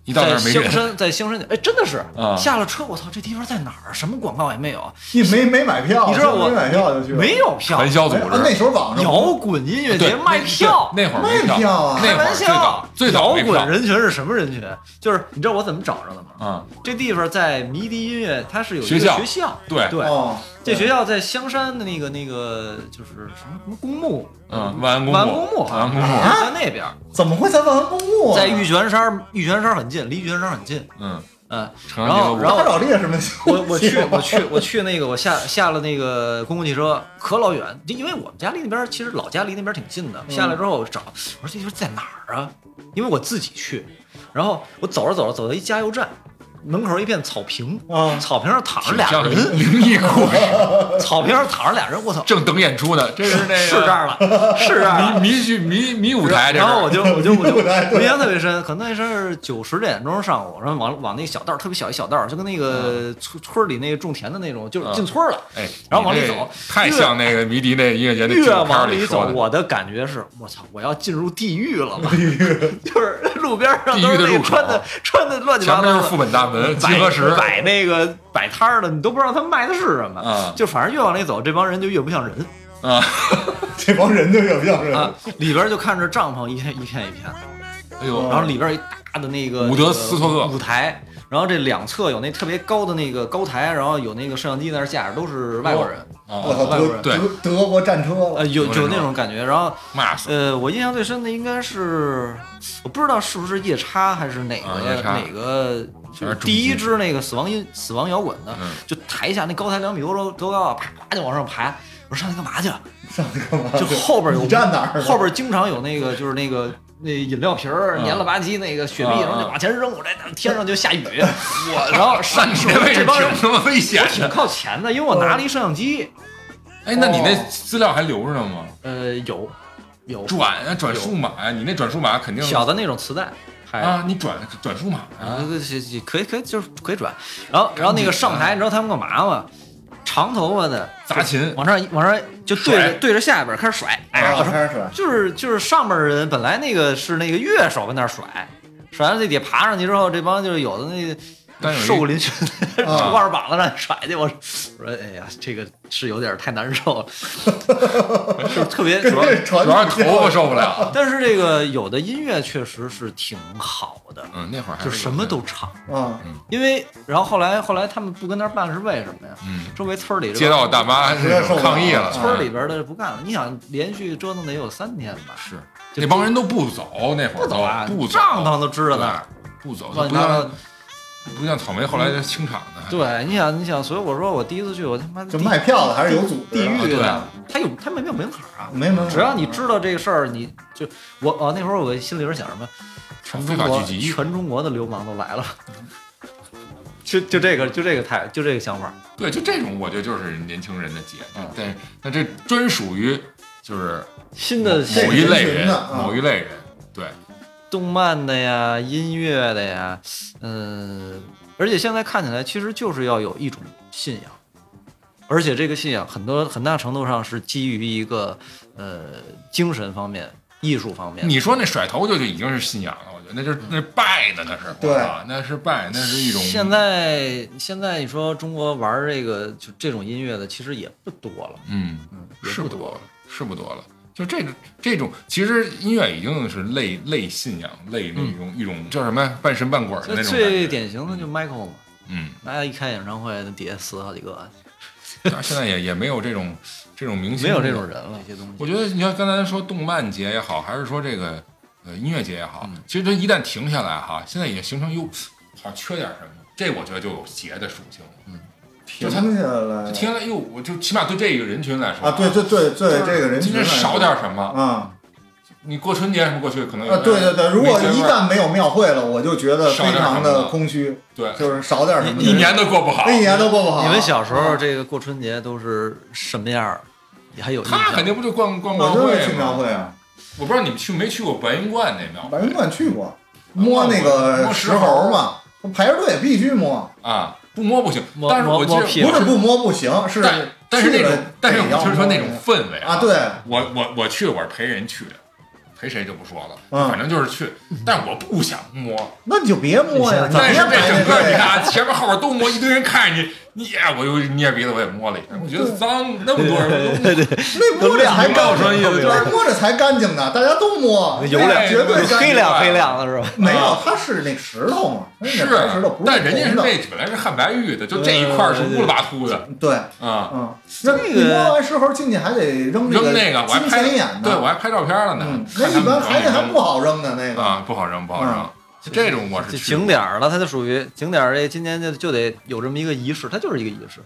S5: 一到那
S4: 在
S5: 儿没
S4: 香
S5: 人，
S4: 山，在香山脚，哎，真的是、
S5: 啊
S4: 下了车，我操，这地方在哪儿啊？什么广告也没有，
S2: 你没没买票，
S4: 你知道我
S2: 没买票就去了，
S4: 没有票
S5: 传，销组
S2: 哎啊那
S5: 织，
S2: 时候网上
S4: 摇滚音乐
S5: 对
S4: 节卖
S5: 那
S4: 票。
S5: 对那会儿
S2: 卖
S5: 票，
S2: 票啊，
S5: 那
S4: 开
S5: 会儿
S4: 玩
S5: 最早
S4: 笑，
S5: 最早
S4: 摇
S5: 没票
S4: 滚人群是什么人群？就是你知道我怎么找着的吗？
S5: 啊，
S4: 这地方在迷笛音乐，它是有一
S5: 学
S4: 个
S5: 校
S4: 学校，
S5: 对，
S4: 对，
S2: 哦，
S4: 这学校在香山的那个那个就是什么什么公墓，
S5: 嗯，万安公
S4: 万安公墓啊
S5: 墓，万安
S4: 好
S5: 公
S4: 像
S5: 墓，
S4: 是在那边儿。
S2: 怎么会在万安公墓啊？
S4: 在玉泉山，玉泉山很近，离玉泉山很近。
S5: 嗯，
S4: 嗯，
S5: 城阳街
S4: 然后
S2: 打扰列什么东西？
S4: 我我去我去我去那个我下下了那个公共汽车，可老远，因为我们家离那边其实老家离那边挺近的。
S2: 嗯
S4: 下来之后我找，我说这地方在哪儿啊？因为我自己去，然后我走着走着走到一加油站。门口一片草坪，
S2: 啊
S4: 草坪上躺着
S5: 挺
S4: 俩
S5: 像
S4: 人，
S5: 灵异故事，
S4: 草坪上躺着俩人，我操，
S5: 正等演出呢，这是那个
S4: 是这儿了，是这儿了，
S5: 迷迷剧迷迷舞台，这
S4: 然后我
S5: 是
S4: 就我就我就
S2: 舞台对
S4: 我印象特别深，可能那时候是九十点钟上午，然后往往那个小道儿特别小一小道儿，就跟那个村村里那个种田的那种，就是
S5: 嗯
S4: 进村儿了。
S5: 哎，
S4: 然后往里
S5: 你这
S4: 走
S5: 太像那个迷笛那音乐节那纪
S4: 越
S5: 录片
S4: 往
S5: 里
S4: 里
S5: 说
S4: 走，
S5: 的，
S4: 我的感觉是，我操，我要进入地狱了吧？ *laughs* 就是路边上都是
S5: 地狱的
S4: 那
S5: 入
S4: 个
S5: 口
S4: 穿的 *laughs* 穿的乱七
S5: 前
S4: 八
S5: 面
S4: 糟
S5: 是副
S4: 的，
S5: 本大门，集
S4: 摆
S5: 合石，
S4: 摆那个摆摊儿的，你都不知道他卖的是什么。
S5: 啊
S4: 就反正越往里走，这帮人就越不像人
S5: 啊，
S2: 这帮人就有像是
S4: 啊！里边就看着帐篷一片一片一片的，
S5: 哎呦，
S4: 然后里边有一大的那个
S5: 伍德斯托克
S4: 那个舞台，然后这两侧有那特别高的那个高台，然后有那个摄像机在那儿架着，都是外国人，
S2: 我
S5: 啊，
S2: 操，
S4: 外国
S2: 德
S4: 人
S5: 对
S2: 德德国战车了
S4: 呃，有
S5: 哦有这种
S4: 有那种感觉。然后
S5: 骂死了，
S4: 呃，我印象最深的应该是，我不知道是不是夜叉还是哪个、
S5: 啊夜叉
S4: 哪个，就
S5: 还是
S4: 是
S5: 重
S4: 第一
S5: 金
S4: 支那个死亡音死亡摇滚的，
S5: 嗯
S4: 就抬一下那高台两米多高多高啊，啪啪就往上爬。我说上去干嘛去？
S2: 上去干嘛？
S4: 就后边有
S2: 你站哪儿？
S4: *laughs* 后边经常有那个就是那个那饮料瓶儿
S5: 嗯
S4: 黏了吧唧那个雪碧，
S5: 啊啊
S4: 然后就往前扔，我这天上就
S5: *laughs*
S4: 下雨，我然后上
S5: 你这位置
S4: 这帮人
S5: 挺他妈危险
S4: 我挺
S5: 的。嗯
S4: 靠前的，因为我拿了一摄像机，
S5: 哎，那你那
S2: 哦
S5: 资料还留着呢吗？
S4: 呃，有有
S5: 转啊，转数码呀，你那转数码肯定
S4: 小的那种磁带，还
S5: 啊，你转转数码
S4: 啊
S5: 啊，，
S4: 可以可以就是可以转，然后然后那个上台，你知道他们干嘛吗？长头发的
S5: 砸琴
S4: 往上一往上就对
S5: 甩
S4: 着对着下边开始甩，哎呀，
S2: 啊
S4: 我说
S2: 开始甩
S4: 就是就是上边人本来那个是那个乐手跟那儿甩，甩完了这底下爬上去之后，这帮就是有的那
S5: 但有一
S4: 瘦
S5: *laughs*
S4: 林去 *laughs*
S2: 啊
S4: 二膀子让你甩去，我说我说哎呀，这个是有点太
S5: *laughs*
S4: 难受了，就是特别
S2: 跟
S4: 主要。
S2: 这传
S5: *laughs* 主要是
S2: 统
S5: 头发受不
S4: *laughs*
S5: 了。
S4: 但是这个有的音乐确实是挺好的，
S5: 嗯，那会儿还
S4: 就是什
S5: 有
S4: 么
S5: 的
S4: 都唱。
S2: 啊，
S4: 因为然后后来后来他们不跟那儿办是为什么呀？
S5: 嗯，
S4: 周围村里
S5: 街道大嗯妈 *laughs*
S2: 实在受不了
S5: 抗议了，啊
S4: 村儿里边的不干了，你想连续折腾得有三天吧？
S5: 是
S4: 就
S5: 那帮人都不走，那会儿
S4: 不走啊，
S5: 都不走，
S4: 帐篷都支着那儿，
S5: 对不走，
S4: 乱
S5: 不
S4: 七八糟
S5: 像。不像草莓后来就清场的，
S4: 对，你想你想，所以我说我第一次去，我他妈
S2: 这
S4: 地
S2: 卖票的还是有组织
S4: 地
S2: 的啊
S4: 狱
S5: 对
S4: 的，他有他没有门槛儿啊，
S2: 没门槛
S4: 只要你知道这个事儿，你就我哦，那会儿我心里边想什么，全中
S5: 非法
S4: 国
S5: 聚集
S4: 全中国的流氓都来了， *laughs* 就就这个就这个态就这个想法，
S5: 对，就这种我觉得就是年轻人的节
S4: 嗯，
S5: 但是那这专属于就是
S4: 新
S5: 某
S4: 的
S5: 某一类人
S2: 这个人群的，啊
S5: 某
S4: 嗯
S5: 一类人，对，
S4: 动漫的呀，音乐的呀，嗯、而且现在看起来其实就是要有一种信仰，而且这个信仰很多很大程度上是基于一个呃精神方面、艺术方面。
S5: 你说那甩头就就已经是信仰了，我觉得那就是那是拜的那是，
S2: 对
S5: 哇那是拜，那是一种
S4: 现在现在你说中国玩这个就这种音乐的其实也不多了，
S5: 嗯。
S4: 嗯，也
S5: 是
S4: 不
S5: 不
S4: 多
S5: 多
S4: 了
S5: 了，，是不多了。就这种这种，其实音乐已经是类类信仰，类那种、一种叫什么呀半神半鬼的那种感
S4: 最
S5: 觉。
S4: 最典型的就 Michael 嘛，
S5: 嗯，
S4: 大家一开演唱会，那底下死好几个，
S5: 但是现在也也没有这种这种明星，
S4: 没有这种。人了，嗯这些东
S5: 我
S4: 西。
S5: 觉得你像刚才说动漫节也好，还是说这个呃音乐节也好，其实它一旦停下来哈，现在已经形成又好像缺点什么，这我觉得就有节的属性了。
S2: 停
S5: 就他
S2: 下来
S5: 就停下来，又我就起码对这个人群来说
S2: 哎啊，对对对对，
S5: 就是
S2: 这个人
S5: 今天
S2: 群
S5: 少点什么。
S2: 啊
S5: 你过春节什么过去可能有
S2: 啊，对对对，如果
S5: 嗯没
S2: 一
S5: 节味儿
S2: 旦没有庙会了，我就觉得非常的空虚，
S5: 对
S2: 就是少点什么
S5: *laughs*
S2: 人，
S5: 一年都过不好，
S2: 一年都过不好。
S4: 你们小时候
S2: 啊，
S4: 这个过春节都是什么样儿？你还有印
S5: 他
S4: 象
S5: 肯定不就逛逛庙
S2: 我就是去
S5: 会
S2: 庙
S5: 吗？
S2: 会啊，
S5: 我不知道你们去没去过白云观那庙
S2: 白云观去过，摸那个
S5: 嗯摸
S2: 石
S5: 石
S2: 猴嘛，排着队必须摸，
S5: 啊，不摸不行
S4: 摸。
S5: 但是我记
S4: 摸摸屁
S5: 得
S4: 股
S2: 不是不摸不行，是
S5: 但但是那
S2: 去
S5: 种
S2: 了，
S5: 但是我
S2: 得要
S5: 就是说
S2: 摸
S5: 那种氛围
S2: 啊，对，
S5: 我我我去，我是陪人去的，陪谁就不说了，
S2: 嗯
S5: 反正就是
S4: *laughs*
S5: 去，但是我不想摸。
S2: 那你就别摸呀，
S4: 你
S2: 你
S4: 想
S5: 但
S2: 别
S5: 是这
S2: 排
S5: 整个
S2: 队
S5: 你
S2: 啊。
S5: 看前面后边都摸，一堆人看着你，你哎我又捏鼻子我也摸了一下，我觉得脏，那么多人，
S4: *laughs*
S5: 我都
S2: 那摸着才干
S5: 都
S2: 净，
S5: 亮
S2: 就是摸着才干净呢，大家都摸，
S4: 油
S5: 亮
S2: 绝对干净
S4: 黑亮黑亮的是吧？
S2: 没有
S5: 啊，
S2: 它是那石头嘛，那
S5: 是啊
S2: 块石头不，是
S5: 但人家是
S2: 红的
S5: 那本来是汉白玉的，就这一块儿是乌了吧秃的
S2: 对，
S5: 啊，
S2: 嗯，那
S4: 这
S2: 你
S4: 个
S2: 摸完石猴进去还得扔
S5: 扔
S2: 那
S5: 那个我还
S2: 金
S5: 拍
S2: 钱眼呢，
S5: 对我还拍照片了呢
S2: 嗯，，那一般
S5: 还
S2: 还还不好嗯扔的那个，
S5: 啊，不好扔，不好扔。就这种我是
S4: 这
S5: 去
S4: 景点儿了，它就属于景点儿，这今年就就得有这么一个仪式，它就是一个仪式。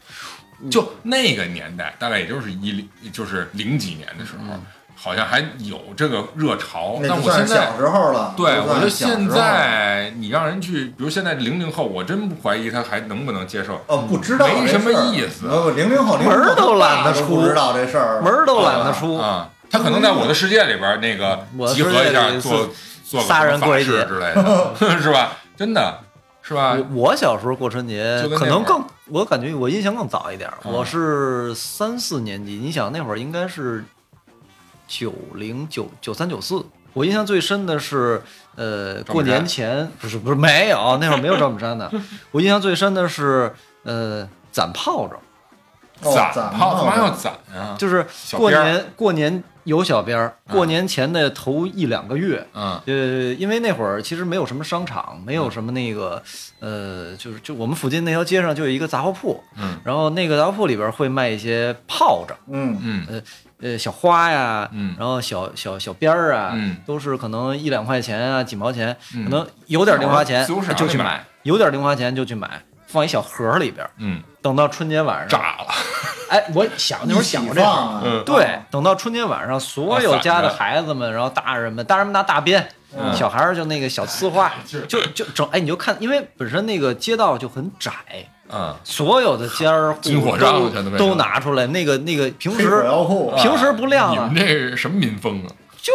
S5: 就那个年代，大概也就是一零，就是零几年的时候，好像还有这个热潮。
S2: 嗯那
S5: 但
S2: 就
S5: 我
S2: 算
S5: 现
S2: 是
S5: 在
S2: 小，时候了。
S5: 对我觉得
S2: 就算是
S5: 现
S2: 小时候了
S5: 在你让人去，比如现在零零后，我真不怀疑他还能不能接受。
S2: 哦，不知道
S5: 没
S2: 这
S5: 什么
S2: 事儿嗯
S5: 意思
S2: 不不，零零后，零
S4: 门儿都懒得
S2: 都
S4: 出
S2: 不知道这事儿，哦
S4: 门儿都懒得出，
S5: 啊，他可能在我的世界里边儿那个
S4: 嗯我的
S5: 集合
S4: 世界
S5: 一下
S4: 里
S5: 做做个
S4: 仨
S5: 什么
S4: 人
S5: 法
S4: 过一
S5: 事
S4: 节
S5: 之类的， *laughs* 是吧？真的是吧？
S4: 我我小时候过春节
S5: 啊就，跟那
S4: 可
S5: 会儿
S4: 能
S5: 啊
S4: 更我感觉我印象更早一点儿，我是三四年级，你想那会儿应该是九零九九三九四。我印象最深的是，呃，
S5: 赵本山
S4: 过年前不是不是没有那会儿没有赵本山的，我印象最深的是，呃，攒炮仗，
S2: 哦
S5: 攒
S2: 攒
S5: 炮他
S2: 炮
S5: 妈要
S2: 仗
S5: 攒啊！
S4: 就是
S5: 小
S4: 过
S5: 鞭儿
S4: 年过年有小鞭儿，
S5: 嗯
S4: 过年前的头一两个月，
S5: 嗯，
S4: 呃，因为那会儿其实没有什么商场，没有什么那个，呃，就是就我们附近那条街上就有一个杂货铺，
S5: 嗯，
S4: 然后那个杂货铺里边会卖一些炮仗，
S2: 嗯，
S5: 嗯
S4: 呃，小花呀，
S5: 嗯
S4: 然后小小小鞭儿啊，
S5: 嗯
S4: 都是可能一两块钱啊，几毛钱，
S5: 嗯
S4: 可能有点零花钱
S5: 自由市场
S4: 就去
S5: 里
S4: 买
S5: 买，
S4: 有点零花钱就去买，放一小盒里边，
S5: 嗯，
S4: 等到春节晚上，
S5: 炸了，
S4: 哎，我想那会儿想过
S2: 一
S4: 这事
S2: 起
S4: 儿
S2: 放啊，
S5: 嗯
S4: 对，等到春节晚上，所有家的孩子们，然后大人们，大人们拿大鞭，
S5: 啊嗯
S4: 小孩儿就那个小呲花，
S5: *laughs* 是
S4: 就就整哎，你就看，因为本身那个街道就很窄，
S5: 嗯，
S4: 所有的家
S5: *laughs*
S4: 儿户
S5: 军火
S4: 都
S5: 商全都被
S4: 都拿出来，那个那个平
S2: 黑火
S4: 时
S2: 药库，
S5: 嗯
S4: 平时不亮
S5: 你
S4: 啊
S5: 们，这是什么民风啊？
S4: 就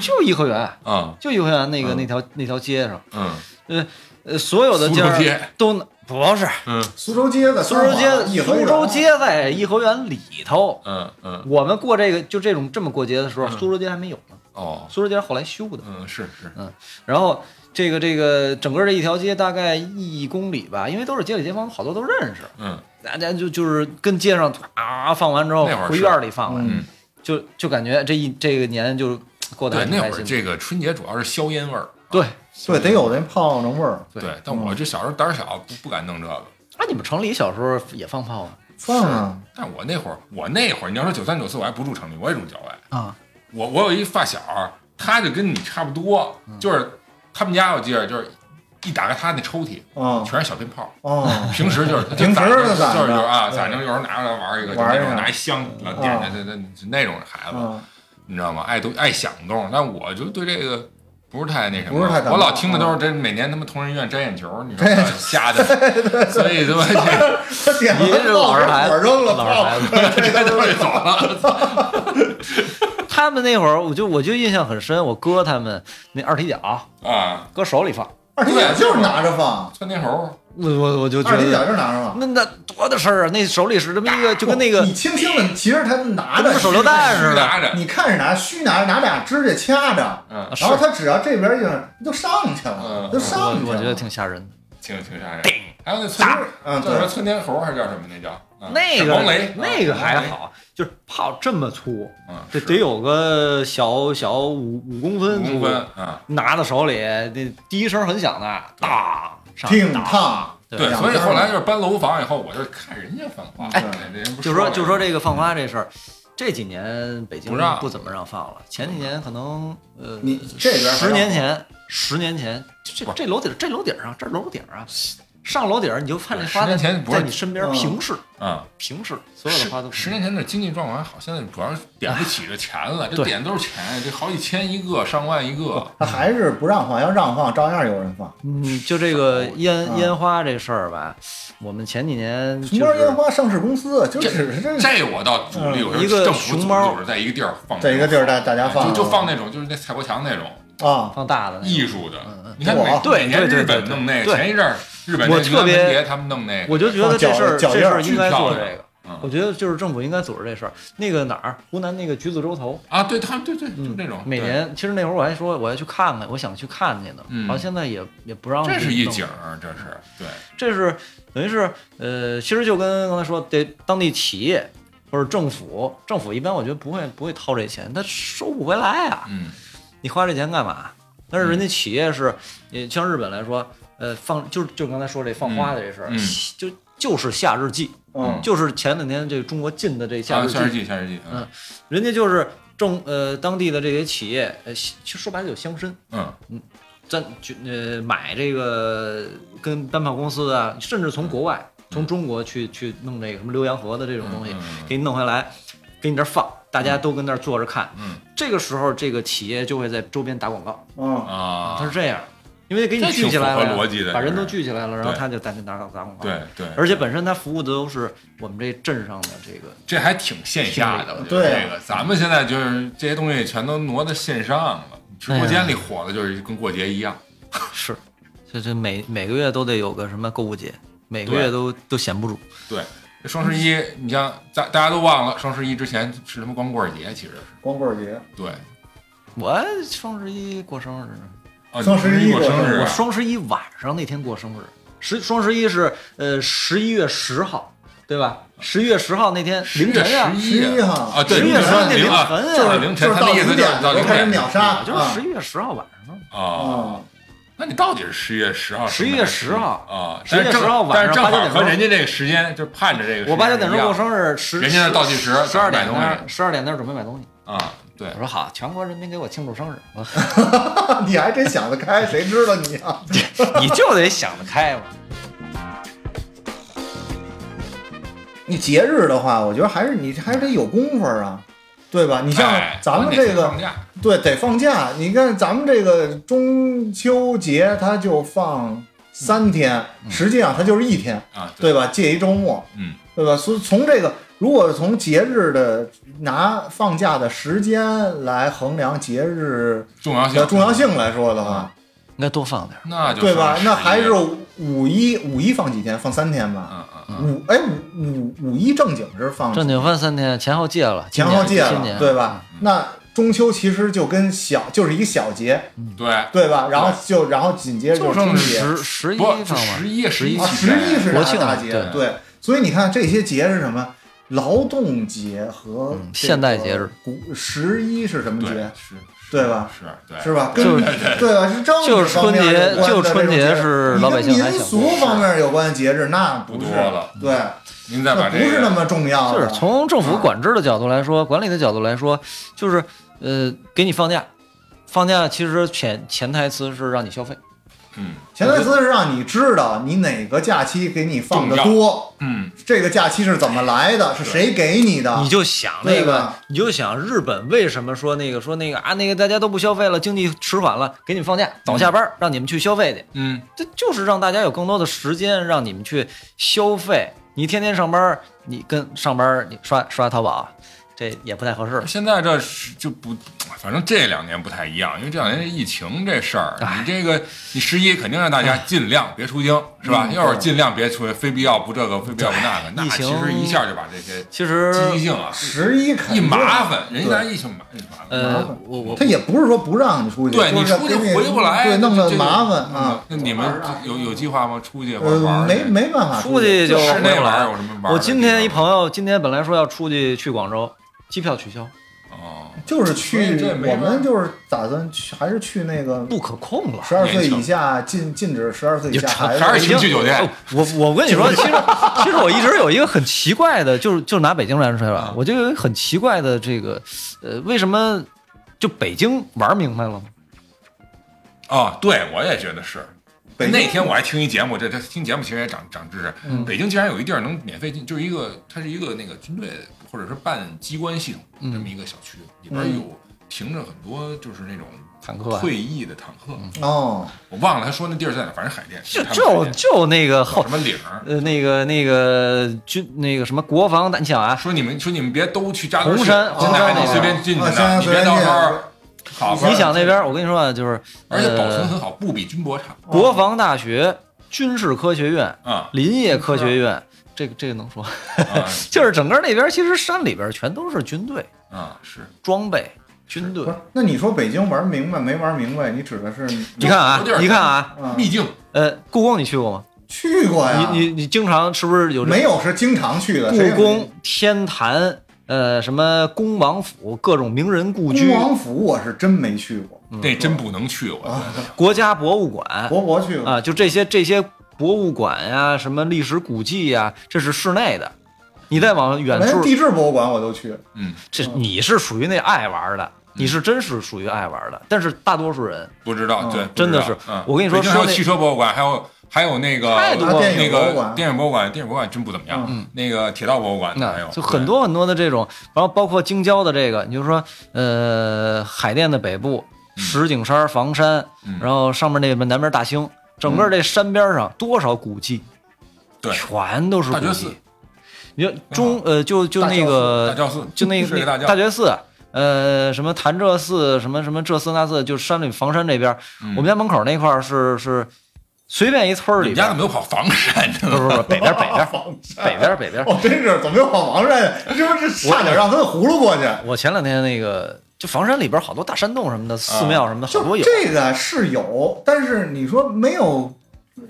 S4: 就颐和园，
S5: 啊，
S4: 就颐和园那个
S5: 嗯
S4: 那条那条街上，
S5: 嗯
S4: 呃呃，所有的
S5: 苏
S4: 家
S5: 州
S4: 儿
S5: 街
S4: 都拿不是
S5: 嗯
S2: 苏州街的
S4: 苏
S2: 三
S4: 州
S2: 环，
S4: 街，
S2: 颐和
S4: 苏
S2: 园啊
S4: 州街在颐和园里头。
S5: 嗯嗯嗯
S4: 我们过这个就这种这么过节的时候，苏州街还没有呢。
S5: 啊哦，
S4: 苏州街是后来修的。
S5: 嗯，是是，
S4: 然后这个这个整个这一条街大概一公里吧，因为都是街里街坊，好多都认识，
S5: 嗯
S4: 大家就就是跟街上啊放完之后
S5: 那会儿是
S4: 回院儿里放来，
S2: 嗯
S4: 就就感觉这一这个年就过得
S5: 对，
S4: 还挺
S5: 那
S4: 开
S5: 会儿
S4: 心的。
S5: 这个春节主要是硝烟味儿，
S4: 对，
S2: 对，得有那泡那味儿。
S4: 对
S5: 对，但我这小时候胆儿小，不不敢弄这个。
S4: 那、啊你们城里小时候也放炮 *laughs* 吗？
S2: 放啊，
S5: 但我那会儿，我那会儿，你要说九三九四，我还不住城里，我也住郊外。
S4: 啊，
S5: 我我有一发小，他就跟你差不多，就是他们家我记着就是一打开他那抽屉
S2: 嗯
S5: 全是小鞭炮，
S2: 嗯，
S5: 平时就是
S2: 平时
S5: 就攒
S2: 就攒
S5: 着
S2: 着
S5: 就是就是啊，
S2: 对
S5: 攒着有时候拿出来玩一个，就
S2: 玩
S5: 那
S2: 一
S5: 种
S2: 下
S5: 拿一香老点着，那那那种孩子，
S2: 嗯
S5: 你知道吗？爱都爱响动，但我就对这个不是太那什么，
S2: 不是太感冒
S5: 我老听的都是这每年他们同仁医院摘眼球，你知道吗？吓的，所以他妈这
S2: 他点
S4: 您
S2: 完
S4: 是老实孩子，
S2: 我扔了
S4: 老实孩
S2: 炮，
S4: 子。
S5: 这都是走了，
S4: 他们那会儿，我就我就印象很深，我哥他们那二踢脚
S5: 啊，
S4: 搁手里放，
S2: 二踢脚就是拿着放，
S5: 窜天猴，
S4: 我我我就觉
S2: 二踢脚
S4: 得
S2: 就是拿着放。
S4: 那那多大事儿啊！那手里是这么一个，就跟那个
S2: 你轻轻的，其实他拿
S4: 跟
S2: 着
S4: 个手榴弹似
S5: 是
S4: 的，啊
S5: 拿着，
S2: 你看着拿，虚拿着，拿俩指甲掐着，
S5: 嗯，
S4: 是
S2: 然后他只要这边一扔，就上去了
S5: 嗯，
S2: 就
S4: 我
S2: 上去了。
S4: 我觉得挺吓人的。
S5: 挺挺吓人。还有那窜天，
S2: 嗯，
S5: 叫什么
S2: 对，
S5: 窜天猴还是叫什么？那叫啊
S4: 那
S5: 闪
S4: 个
S5: 光雷，
S4: 那个
S5: 啊
S4: 还，好，就是炮这么粗，
S5: 闪光雷嗯，
S4: 这
S5: 是
S4: 得有个小小五五公分
S5: 五
S4: 粗
S5: 公，分啊。
S4: 拿到手里，那第一声很响的，当上
S2: 挺
S4: 当
S2: 烫。
S5: 对，
S2: 两
S5: 所以
S2: 边儿
S5: 后来就是搬楼房以后，我就是看人家放话，
S2: 哎
S5: 对人家不
S4: 就说就说
S5: 这
S4: 这个放花这事儿，这几年北京
S5: 不让
S4: 不怎么让放了。前几年可能呃，
S2: 你这边还让
S4: 十年前，十年前这这楼顶这楼顶上这楼顶啊，上楼顶儿你就看这花
S5: 十年
S4: 在
S5: 前不是
S4: 在你身边
S2: 嗯
S4: 平视
S5: 啊，
S4: 平视，所有的花都
S5: 十十年前的经济状况还好，现在主要是点不起这钱
S4: *laughs*
S5: 了，这
S4: 对
S5: 点都是钱，这好几千一个，上万一个。
S2: 他还是不让放，要让放照样有人放。
S4: 嗯，就这
S5: *laughs*
S4: 个烟
S2: 啊
S5: 嗯
S4: 烟花这事儿吧，我们前几年
S2: 熊
S4: 就
S2: 猫烟
S4: 是
S2: 花上市公司就
S5: 这
S2: 只是这
S5: 这我倒主力，
S2: 嗯
S5: 我说
S4: 一个
S5: 政府
S4: 熊
S5: 组
S4: 猫
S5: 织就是在一个地儿放
S2: 在一个地儿大大家放嗯
S5: 就就放那种就是那蔡国强那种
S2: 啊，
S4: 放大的那
S5: 艺
S4: 个。
S5: 术的
S4: 嗯嗯。
S5: 你看每
S2: 哇
S5: 每年
S4: 对对
S5: 日
S4: 对
S5: 本
S4: 对
S5: 弄那个，
S4: 对
S5: 前一阵儿日本那
S4: 我
S5: 个
S4: 特
S5: 云南
S4: 别
S5: 文杰他们弄那个，
S4: 我就觉得
S2: 放
S4: 这
S2: 脚
S4: 事儿这
S2: 脚
S4: 事
S2: 印儿
S4: 儿应该
S5: 巨漂
S4: 做这
S5: 亮
S4: 个
S5: 嗯，
S4: 我觉得就是政府应该组织这事儿。那个哪儿，湖南那个橘子洲头，
S5: 啊，对他们对对，就那种
S4: 每。
S5: 啊对
S4: 年其实那会儿我还说我要去看看，我想去看去呢，
S5: 嗯
S4: 然后现在也也不让。
S5: 这是一景，儿，这是对，
S4: 这是等于是呃，其实就跟刚才说，得当地企业或者政府，政府一般我觉得不会不会掏这钱，他收不回来啊，
S5: 嗯，
S4: 你花这钱干嘛？但是人家企业是，也像日本来说，呃，放就是就刚才说这放花的这事儿，
S5: 嗯嗯
S4: 就就是夏日祭，
S2: 嗯，
S4: 哦就是前两天这个中国进的这夏
S5: 啊
S4: 日
S5: 夏日
S4: 祭，
S5: 记，夏日记，嗯
S4: 人家就是政呃当地的这些企业，呃，其实说白了就乡绅。
S5: 嗯，
S4: 咱就呃买这个跟单炮公司啊，甚至从国外、从中国去去弄这个什么浏阳河的这种东西，
S5: 嗯嗯嗯嗯
S4: 给你弄回来，给你这儿放，大家都跟那儿坐着看。
S5: 嗯
S4: 这个时候，这个企业就会在周边打广告，
S2: 嗯，
S5: 啊，
S4: 哦它是这样，因为给你
S5: 这挺
S4: 聚起来
S5: 符合
S4: 了呀，
S5: 逻辑的
S4: 把人
S5: 这
S4: 都
S5: 是
S4: 聚起来了，然后
S5: 对
S4: 他就在那打打广告。，
S5: 对对，
S4: 而且本身他服务的都是我们这镇上的这
S5: *laughs*
S4: 个，
S5: 这还挺线下的，我觉得
S2: 对
S5: 这个咱们现在就是这些东西全都挪到线上了，直播间里火的就是跟过节一样。
S4: 是，这这每每个月都得有个什么购物节，每个
S5: 对
S4: 月都都闲不住。
S5: 对，这双十一，你像大大家都忘了，双十一之前是他妈光棍节，其实是
S2: 光棍节
S5: 对。
S4: 我双十一过生日呢。
S5: 啊
S2: 双十一
S5: 你过生日
S4: 我
S5: 啊，
S4: 双十一晚上那天过生日，十双十一是呃十一月十号，对吧？十一月十号那天凌晨啊，
S5: 十
S2: 十一
S5: 啊，
S2: 哈，
S5: 对，
S4: 11月
S5: 晨
S4: 那
S5: 零啊，
S4: 凌晨
S5: 就是凌晨，
S4: 啊
S2: 就是
S5: 他
S2: 到
S5: 的意思
S2: 零
S5: 就是
S2: 点
S5: 到
S2: 就
S5: 零
S2: 开始
S5: 点
S2: 秒杀，
S4: 我就是十一月十号晚上，
S5: 啊。
S2: 啊，
S5: 那你到底是十月十号？
S4: 11月10号
S5: 啊，但是
S4: 11月
S5: 正
S4: 10号晚
S5: 但是
S4: 上
S5: 正
S4: 八九
S5: 好
S4: 点
S5: 和
S4: 钟
S5: 人家这个时间就盼着这个时间一样。
S4: 我八九点钟过生日，十
S5: 人家那倒计时
S4: 十二
S5: 买
S4: 点
S5: 东
S4: 那
S5: 西
S4: 十二点那儿准备买东西。
S5: 啊，对
S4: 我，说好，全国人民给我庆祝生日，我
S2: *laughs* 你还真想得开，谁知道你啊？
S4: *laughs* 你就得想得开嘛。
S2: 你节日的话，我觉得还是你还是得有功夫啊，对吧？你像
S5: 哎
S2: 咱们
S5: 我那
S2: 这
S5: 天
S2: 个
S5: 放，假
S2: 对，得放假。你看咱们这个中秋节，它就放三天，实际上它就是一天，
S5: 啊，
S2: 对吧？借一周末，
S5: 嗯，
S2: 对吧？所以从这个，如果从节日的拿放假的时间来衡量节日
S5: 重要
S2: 的
S5: 性
S2: 重要，性来说的话，
S4: 应该多放点儿，
S5: 那啊就
S2: 对吧
S5: 是？
S2: 那还是
S5: 嗯
S2: 五一，五一放几天？放三天吧。
S5: 嗯嗯，
S2: 五哎五五五一正经是放
S4: 正经放三天，前后戒了，
S2: 前后
S4: 今
S2: 戒
S4: 年今嗯
S2: 了，
S4: 年
S2: 对吧？那中秋其实就跟小就是一个小节，
S5: 嗯对，
S2: 对吧？然后就然后紧接着
S4: 就是剩
S2: 中节，
S4: 十十一
S5: 不，
S4: 上
S5: 是
S4: 吧
S5: 十，一十一
S2: 啊，
S5: 起
S2: 十一
S5: 开
S2: 是
S4: 国
S2: 大
S4: 庆
S2: 大
S4: 嘛
S2: 节，
S4: 对
S2: 对，所以你看这些节是什么？劳动节和
S4: 嗯
S2: 这
S4: 现代
S2: 个
S4: 节日
S2: 古十一是什么
S5: 对
S2: 节？
S5: 是，
S2: 对吧？
S5: 是对，
S2: 是吧？跟
S4: 就是
S2: 对吧？是政
S4: 就
S2: 治
S4: 是
S2: 方
S4: 春
S2: 面有
S4: 节
S2: 关，
S4: 就
S2: 的
S4: 春
S2: 这种
S4: 节
S2: 节
S4: 是
S2: 你
S4: 老
S2: 跟
S4: 百姓还
S2: 民
S4: 想
S2: 俗方面有关的节日，那不
S5: 不
S2: 是
S5: 多了
S2: 对，
S5: 您再
S2: 那
S5: 把
S2: 不
S5: 这
S2: 是那
S5: 个
S2: 么重要
S4: 就
S2: 的。
S4: 是从政府管制的角度来说，管理的角度来说，就是呃，给你放假，放假其实潜潜台词是让你消费。
S5: 嗯
S2: 前台词是让你知道你哪个假期给你放的
S5: 重
S2: 多，
S5: 嗯
S2: 这个假期是怎么来的，是谁给你的？
S4: 你就想
S2: 啊对啊
S4: 那个
S2: 吧，
S4: 你就想日本为什么说那个说那个啊，那个大家都不消费了，经济迟缓了，给你们放假，早下班，让你们去消费去。
S5: 嗯，
S4: 这就是让大家有更多的时间，让你们去消费。你天天上班，你跟上班你刷刷淘宝，啊这也不太合适。
S5: 现在这是就不，反正这两年不太一样，因为这两年这疫情这事儿，你这个你十一肯定让大家尽量别出京，是吧？
S2: 嗯
S5: 要是
S2: 对
S5: 尽量别出，非必要不这个，非必要不那个，那
S4: 疫
S5: 其
S4: 情
S5: 实一下就把这些
S4: 其实
S5: 积极性啊
S2: 十一肯
S5: 一
S2: 定
S5: 麻烦，人家
S2: 对
S5: 一想麻一麻烦，
S2: 麻
S4: 呃
S2: 烦，
S4: 我我
S2: 他也不是说不让你出去，
S5: 对
S2: 就
S5: 你
S2: 是
S5: 出去
S2: 给你
S5: 回不来，
S2: 对，弄得
S5: 这个嗯
S2: 麻烦啊。。
S5: 那你们有有计划吗？出去玩
S2: 呃，
S5: 玩？
S2: 没没办法
S4: 出去就
S5: 室
S4: 回
S5: 内
S4: 不
S5: 玩
S4: 来
S5: 有什么玩的地方？
S4: 啊我今天一朋友今天本来说要出去去广州，机票取消，
S5: 哦，
S2: 就是
S5: 所
S2: 去
S5: 以这没
S2: 我
S5: 办法
S2: 们就是打算去，还是去那个
S4: 不可控了。
S2: 十二岁
S5: 年轻
S2: 以下禁禁止十二岁以
S4: 就
S2: 下
S4: 成
S2: 孩子
S5: 还是
S4: 已经
S5: 去酒店
S4: 我我跟你
S5: *laughs*
S4: 说，其实其实我一直有一个很奇怪的，就是就是拿北京来说
S5: 嗯
S4: 吧，我就有一个很奇怪的这个，呃，为什么就北京玩明白了吗？
S5: 哦，对，我也觉得是。
S2: 北
S5: 那
S2: 京
S5: 天我还听一节目，这这听节目其实也长长知识。
S4: 嗯
S5: 北京竟然有一地儿能免费进，就是一个它是一个那个军队或者是办机关系统
S4: 嗯
S5: 这么一个小区，里边有停着很多就是那种
S4: 坦克啊
S5: 退役的坦克。
S4: 嗯
S2: 哦，
S5: 我忘了他说那地儿在哪儿，反正海淀。
S4: 就是
S5: 他们海
S4: 就
S5: 淀
S4: 就那个后
S5: 什么岭儿。
S4: 呃那个那个军那个什么国防大，你想啊，
S5: 说你们说你们别都去扎堆
S4: 红
S5: 去
S4: 山
S5: 现
S4: 红
S5: 在
S4: 山
S5: 还
S4: 那
S5: 得
S4: 个
S5: 随便进去
S2: 啊
S5: 呢，
S2: 行
S5: 你别
S2: 随便
S5: 到时
S2: 进
S5: 候好
S4: 你想那边，我跟你说啊，就是
S5: 而且保存
S4: 呃
S5: 很好，不比军博差
S4: 国防大学、军事科学院、
S5: 啊
S4: 林业科学院，这个这个能说，
S5: 啊
S4: *laughs* 就是整个那边其实山里边全都是军队
S5: 啊是。
S4: 装备。军队
S2: 不，是，那你说北京玩明白没玩明白？你指的是
S4: 你看
S5: 有
S4: 啊
S5: 点，儿
S4: 你看啊，
S2: 嗯
S5: 秘境
S4: 呃，故宫你去过吗？
S2: 去过哎呀？
S4: 你你你经常是不是有这
S2: 没有是经常去的？谁
S4: 故
S2: 也没
S4: 宫、天坛，呃，什么恭王府，各种名人故居
S2: 恭，王府我嗯是啊真没去过，
S5: 那真不能去，我觉得
S4: 国家博物馆
S2: 博博去过。
S4: 啊，就这些这些博物馆呀、什么历史古迹呀、这是室内的。你再往远
S2: 连
S4: 处，
S2: 地质博物馆我都去，
S5: 嗯，
S4: 这你是属于那爱玩的，你是真是属于爱玩的。但是大多数人
S5: 不知道，
S2: 嗯
S5: 对，
S4: 真的
S5: 不知道
S4: 是
S5: 嗯，
S4: 我跟你说
S5: 北京还有
S4: 说那
S5: 汽车博物馆，还有还有那个
S4: 太多了
S2: 电
S5: 那
S2: 影博物
S5: 个
S2: 馆嗯
S5: 电影博物馆，电影博物馆真不怎么样，那个铁道博物馆哎还有
S4: 啊那就很多很多的这种，然后包括京郊的这个，你就说呃海淀的北部石景山、房山，
S5: 嗯
S4: 然后上面那边南边大兴，整个这山边上多少古迹，
S5: 对
S4: 全都是
S5: 大
S4: 古
S5: 觉寺
S4: 迹。你就中呃就就
S2: 大
S4: 那
S2: 教
S5: 大
S4: 个
S5: 教寺，
S4: 就那
S5: 是
S4: 个
S5: 个大
S4: 那
S5: 教
S4: 大觉寺。呃，什么潭柘寺，什么什么这寺那寺，就是山里房山这边，
S5: 嗯
S4: 我们家门口那块儿是是随便一村儿
S5: 你
S4: 里
S5: 们家怎
S4: 边
S5: 么，有跑房山
S4: 不
S5: 的？
S4: 是不是北边北
S5: *laughs*
S4: 边
S2: 房
S4: 北边北边，
S2: 哦，真是怎么又往王山？这不是差点让他葫芦过去？
S4: 我前两天那个，就房山里边好多大山洞什么的，寺庙什么的，
S5: 嗯
S4: 好多
S2: 就
S4: 有。
S2: 这个是有，但是你说没有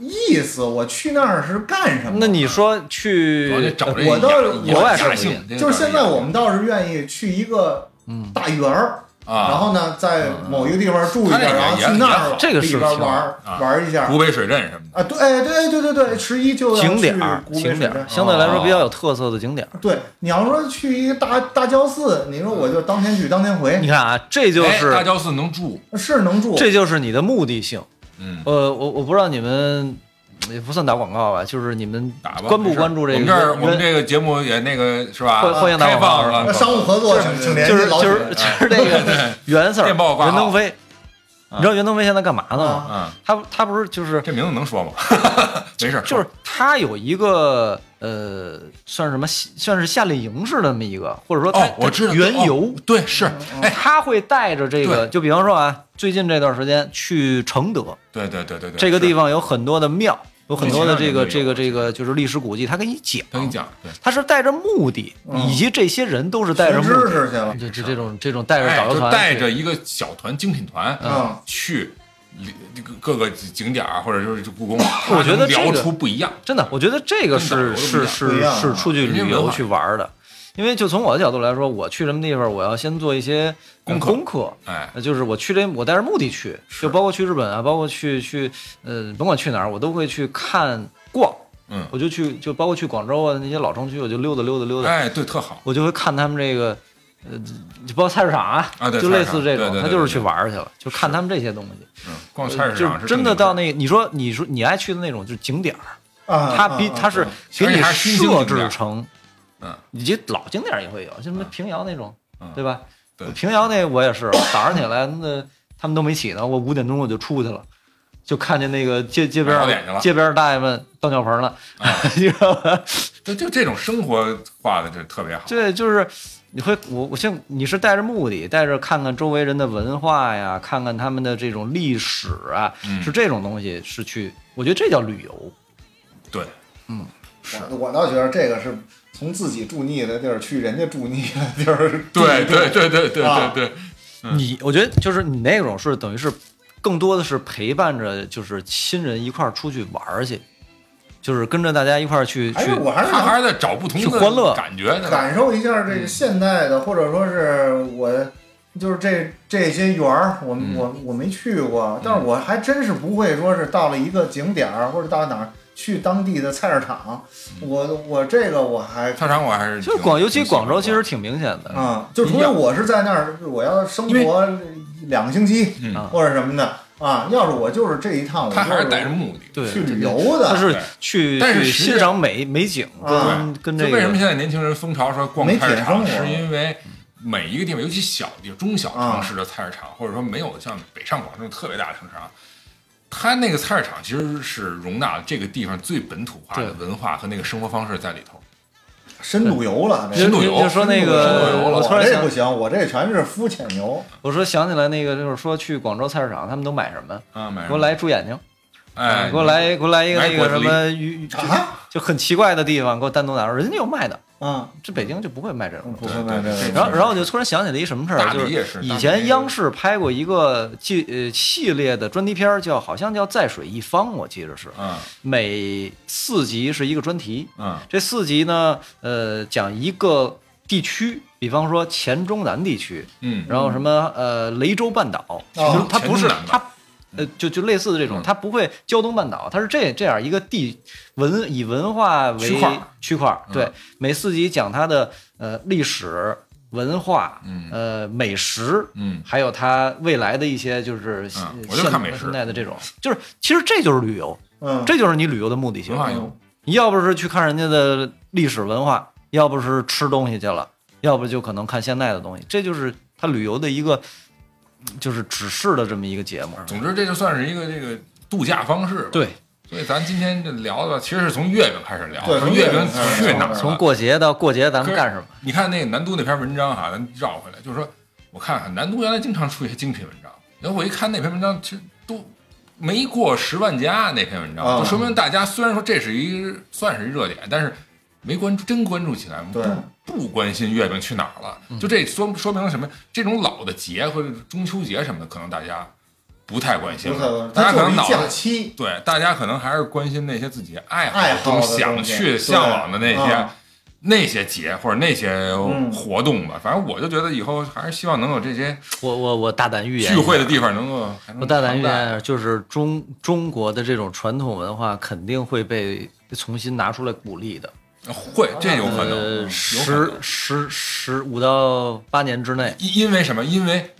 S2: 意思，我去那儿是干什么？
S4: 那你说
S5: 我得
S4: 去
S5: 找这
S2: 我倒是
S5: 野
S4: 国外
S5: 野
S4: 是不
S5: 性
S4: 行，
S5: 这个
S2: 就是现在我
S5: 野
S2: 们倒是愿意去一个大园儿，
S5: 嗯啊
S2: 然后呢，在某一个地方住一下，
S5: 他那个
S2: 然后
S5: 也
S2: 去那
S5: 也好
S2: 儿
S4: 这个
S2: 里
S4: 是
S2: 边
S4: 挺
S2: 玩
S4: 好
S2: 儿、
S5: 嗯啊
S2: 玩一下
S5: 湖北水镇什么的，
S2: 啊，对对对对对，十一就要
S4: 景
S2: 去
S4: 点儿，
S2: 古北
S4: 景点
S2: 水
S4: 儿
S2: 镇啊
S4: 相对来
S5: 啊
S4: 说比较有特色的景点儿。
S2: 对，你要说去一个大大教寺，你说我就当天去当天回
S4: 你，看啊，这就
S5: 哎大
S4: 是
S5: 教寺能住，
S2: 是能住。
S4: 这就是你的目的性。
S5: 嗯，
S4: 呃，我我不知道你们呃也不算打广告吧，就是你们
S5: 打吧，
S4: 关不
S5: 没事
S4: 关注这个
S5: 我们
S4: 原？
S5: 这儿我们这个节目也那个是吧？
S4: 欢欢迎打
S5: 开
S4: 广
S5: 放
S4: 告
S5: 了
S2: 那，商务合作，请请联系
S4: 啊就是
S2: 老
S4: 就
S2: 许
S4: 是就是那
S5: *laughs*
S4: 个袁四儿
S5: 电报挂号啊
S4: 袁腾飞，你知道袁腾飞现在干嘛呢吗？
S2: 啊
S5: 嗯，
S4: 他他不是就是
S5: 这名字能说吗？ *laughs* 没事，
S4: 就是他有一个呃，算是什么，算是夏令营式的那么一个，或者说他、
S5: 哦，我知道
S4: 哎原油，嗯
S5: 哦对是，哎，
S4: 他会带着这个，
S5: 对
S4: 就比方说啊，最近这段时间去承德
S5: 对对对对对，
S4: 这个
S5: 是
S4: 地方有很多的庙，有很多的这个
S5: 对
S4: 这个这个就是历史古迹，他给你讲，
S5: 跟你讲，对，
S4: 他是带着目的，
S2: 嗯
S4: 以及这些人都是带着
S2: 学
S4: 目
S2: 知
S4: 的，
S2: 识去了，
S4: 就就这种这种带着
S5: 哎
S4: 导游
S5: 就
S4: 团去，
S5: 带着一个小团精品团
S2: 嗯
S5: 去里这个各个景点啊儿或者就是故宫，
S4: 我觉得
S5: 他能
S4: 这
S5: 聊
S4: 个
S5: 出不一样。
S4: 真的，我觉得这个
S5: 跟导游
S4: 是
S5: 不
S4: 是
S2: 不一
S4: 是
S2: 样啊
S4: 是出去旅游去玩的，因为就从我的角度来说，我去什么地方，我要先做一些呃
S5: 功课
S4: 功课。
S5: 哎，
S4: 呃就是我去这，我带着目的去，就包括去日本啊，包括去去，呃，甭管去哪儿，我都会去看逛，
S5: 嗯，
S4: 我就去，就包括去广州啊那些老城区，我就溜达溜达溜达，
S5: 哎，对，特好。
S4: 我就会看他们这个，呃，就包括菜市场啊，
S5: 啊对
S4: 就类似
S5: 菜市场对
S4: 这种，
S5: 对对
S4: 他就是去玩儿去了，就看他们这些东西。
S5: 嗯，逛菜市
S4: 就
S5: 场是
S4: 真
S5: 正经事
S4: 的到那个，你说你说你爱去的那种就是景点儿，
S5: 嗯
S2: 啊，
S4: 它比
S2: 啊
S4: 它是
S2: 啊
S4: 给
S5: 而且
S4: 你
S5: 还是新兴
S4: 设
S5: 景点
S4: 置成，
S5: 嗯，
S4: 以及老景点儿也会有，像什么平遥那种
S5: 嗯，
S4: 对吧？
S5: 对
S4: 平遥那我也是，早上起来那他们都没起呢，我五点钟我就出去了。就看见那个街街边
S5: 打点去了啊
S4: 儿街边儿大爷们倒尿盆儿了，你知道 *laughs* 吧？
S5: 就就这种生活化的，这特别好。
S4: 对，就是你会，我我像你是带着目的，带着看看周围人的文化呀，看看他们的这种历史啊，
S5: 嗯
S4: 是这种东西是去，我觉得这叫旅游。
S5: 对，
S2: 我我倒觉得这个是从自己住腻的地儿去人家住腻的地儿， *laughs*
S5: 对，对，对，对，对，对
S2: 啊，
S5: 对，嗯
S4: 你我觉得就是你那种是等于是更多的是陪伴着，就是亲人一块儿出去玩儿去，就是跟着大家一块儿去
S2: 还
S4: 去
S2: 是。我还是
S5: 他
S2: 想
S5: 还是在找不同
S4: 去
S5: 的
S4: 欢乐
S5: 感觉呢。
S2: 感受一下
S4: 嗯
S2: 这个现代的，或者说是我。就是这这些园儿，我
S5: 嗯
S2: 我我没去
S4: 嗯
S2: 过，但是我还真是不会说是到了一个景点儿或者到哪儿去当地的菜市场，
S4: 嗯
S2: 我我这个我还
S5: 菜市场我还是
S4: 就是
S5: 挺
S4: 广，尤其广州，
S5: 挺
S4: 其
S5: 喜欢
S4: 实挺明显的。
S2: 啊，就除非我是在那儿，我要生
S5: 因
S2: 活两个星期
S5: 嗯
S2: 或者什么的啊，要是我就是这一趟，
S5: 逛的他还
S2: 我
S5: 是
S2: 就
S5: 带着目的。
S4: 对，
S2: 去
S4: 对对
S2: 旅游
S4: 他
S2: 的，
S4: 是
S5: 对
S4: 去
S5: 但是
S4: 去
S5: 实际
S4: 欣赏美美景，
S2: 啊
S4: 跟跟
S5: 就
S4: 这
S5: 为什么
S4: 个
S5: 现在年轻人风潮说逛
S2: 媒体
S5: 菜市场，
S2: 生活
S5: 是因为每一个地方，尤其小地、中小城市的菜市场，或者说没有像北上广这种特别大的城市啊，它那个菜市场其实是容纳了这个地方最本土化的
S4: 对
S5: 文化和那个生活方式在里头。
S2: 深度游了，这
S5: 深度
S4: 就
S5: 游
S4: 就说那
S5: 深度
S4: 个
S5: 游，
S4: 我突
S2: 我
S4: 然
S2: 这
S4: 想
S2: 不，行，我这全是肤浅游。
S4: 我说想起来那个，就是说去广州菜市场，他们都买什么？
S5: 啊，买
S4: 给我来一猪眼睛，
S5: 哎，
S4: 给我来给我来一个
S5: 买
S4: 那个
S5: 果子
S4: 什
S5: 狸
S4: 么鱼，就
S2: 啊
S4: 就很奇怪的地方，给我单独拿出来，人家有卖的，
S2: 啊，
S4: 这北京就不会卖这种。
S2: 不会卖这
S5: 对对
S2: 个
S4: 然后，然后我就突然想起了一什么事
S5: 嗯大
S4: 儿，
S5: 理
S4: 就
S5: 也是
S4: 以
S5: 大理
S4: 前央视拍过一个系呃系列的专题片儿，叫好像叫《在水一方》，我记着是
S5: 嗯
S4: 每四集是一个专题，
S5: 嗯
S4: 这四集呢，呃，讲一个地区，比方说黔中南地区，
S5: 嗯，
S4: 然后什么呃雷州半岛，
S2: 哦
S4: 就是它不是
S5: 黔中南吧
S4: 它。呃，就就类似的这种
S5: 嗯，
S4: 它不会胶东半岛，它是这这样一个地文以文化为
S5: 区块儿
S4: 区块儿
S5: 嗯
S4: 对，每四集讲它的呃历史文化，
S5: 嗯
S4: 呃美食，
S5: 嗯
S4: 还有它未来的一些就是现
S5: 我就看美食
S4: 现在的这种，就是其实这就是旅游，
S2: 嗯，
S4: 这就是你旅游的目的性
S5: 文。化游，
S4: 你要不是去看人家的历史文化，要不是吃东西去了，要不就可能看现代的东西，这就是他旅游的一个就是指示的这么一个节目。
S5: 总之这就算是一个这个度假方式吧。
S4: 对，
S5: 所以咱今天这聊的，其实是从月饼开始聊，
S2: 对
S5: 从
S2: 从
S5: 月
S2: 月饼
S5: 饼
S2: 开始
S5: 去
S2: 聊
S5: 哪儿了？
S4: 从过节到过节，咱们干什么？
S5: 你看那个南都那篇文章哈、咱绕回来，就是说，我看看南都原来经常出一些精品文章，然后我一看那篇文章，其实都没过十万加那篇文章，
S2: 啊
S5: 就说明大家虽然说这是一个算是一热点，但是没关注，真关注起来，
S2: 对嗯
S5: 不不关心月饼去哪儿了，就这说说明了什么？这种老的节和中秋节什么的，可能大家不太关心
S2: 不
S5: 了
S2: 错，，
S5: 大家
S2: 它
S5: 可
S2: 就
S5: 能
S2: 是一
S5: 脑
S2: 假
S5: 子
S2: 期，
S5: 对，大家可能还是关心那些自己爱
S2: 爱好
S5: 中
S2: 的
S5: 想
S2: 东西
S5: 去、
S2: 对
S5: 向往的那些、
S4: 嗯
S2: 啊
S5: 那些节或者那些
S2: 嗯
S5: 活动吧。反正我就觉得以后还是希望能有这些
S4: 我我我大胆预言，
S5: 聚会的地方能够还能
S4: 我大胆预
S5: 常在
S4: 言，就是中中国的这种传统文化肯定会被重新拿出来鼓励的。
S5: 会，这有可能。
S4: 呃，
S5: 嗯
S4: 十十十五到八年之内，
S5: 因因为什么？因为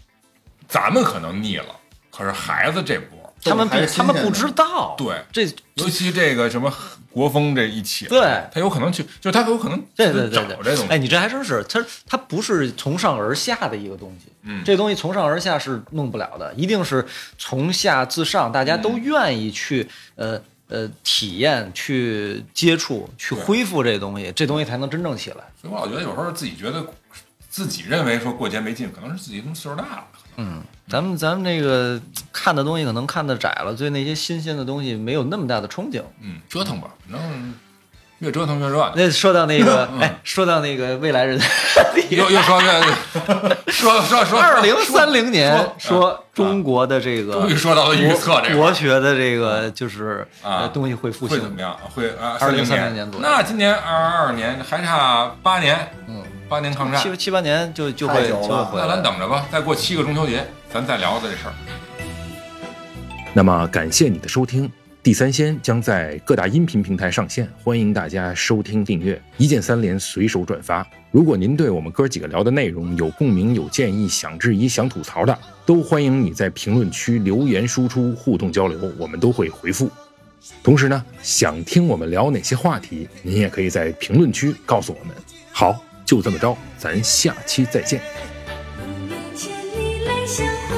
S5: 咱们可能腻了，可是孩子这波，
S4: 他们不
S2: 还是
S4: 他
S2: 新
S4: 们
S2: 鲜的
S4: 不知道，
S5: 对，
S4: 这
S5: 尤其这个什么国风这一起，
S4: 对
S5: 他有可能去，就他有可能
S4: 对对
S5: 找
S4: 对对，
S5: 这种
S4: 哎，你这还真是，它它不是从上而下的一个东西，
S5: 嗯
S4: 这东西从上而下是弄不了的，一定是从下至上，大家都
S5: 嗯
S4: 愿意去、呃呃体验、去接触、去
S5: 对嗯
S4: 恢复这东西，这东西才能真正起来。
S5: 所以我老觉得有时候自己觉得自己认为说过节没劲，可能是自己他妈岁数大了。
S4: 嗯，咱们咱们这个看的东西可能看的窄了，对那些新鲜的东西没有那么大的憧憬。
S5: 嗯，折腾吧，反正越折腾越热闹。
S4: 那说到那个，哎，说到那个未来人， *laughs*
S5: 又又嗯说这，说说说，
S4: 二零三零年
S5: 说啊
S4: 说中国的这个
S5: 终于说 *laughs* 到了预测这个
S4: 国国学的这个就是
S5: 啊
S4: 呃东西会复
S5: 会怎
S4: 兴
S5: 么，样？会啊，
S4: 2030
S5: 年
S4: 年左右
S5: 那今年二二年还差八年，
S4: 嗯，
S5: 八年抗战，
S4: 七七八年就就
S2: 太
S4: 会
S2: 久
S4: 就
S2: 了
S4: 会回
S5: 那
S4: 来
S5: 咱。等着吧，再过七个中秋节，咱再聊这事儿。
S1: 那么感谢你的收听，《地三鲜》将在各大音频平台上线，欢迎大家收听订阅，一键三连，随手转发。如果您对我们哥几个聊的内容有共鸣、有建议、想质疑、想吐槽的，都欢迎你在评论区留言输出，互动交流，我们都会回复。同时呢，想听我们聊哪些话题，您也可以在评论区告诉我们。好，就这么着，咱下期再见。
S3: 永远千里泪相会。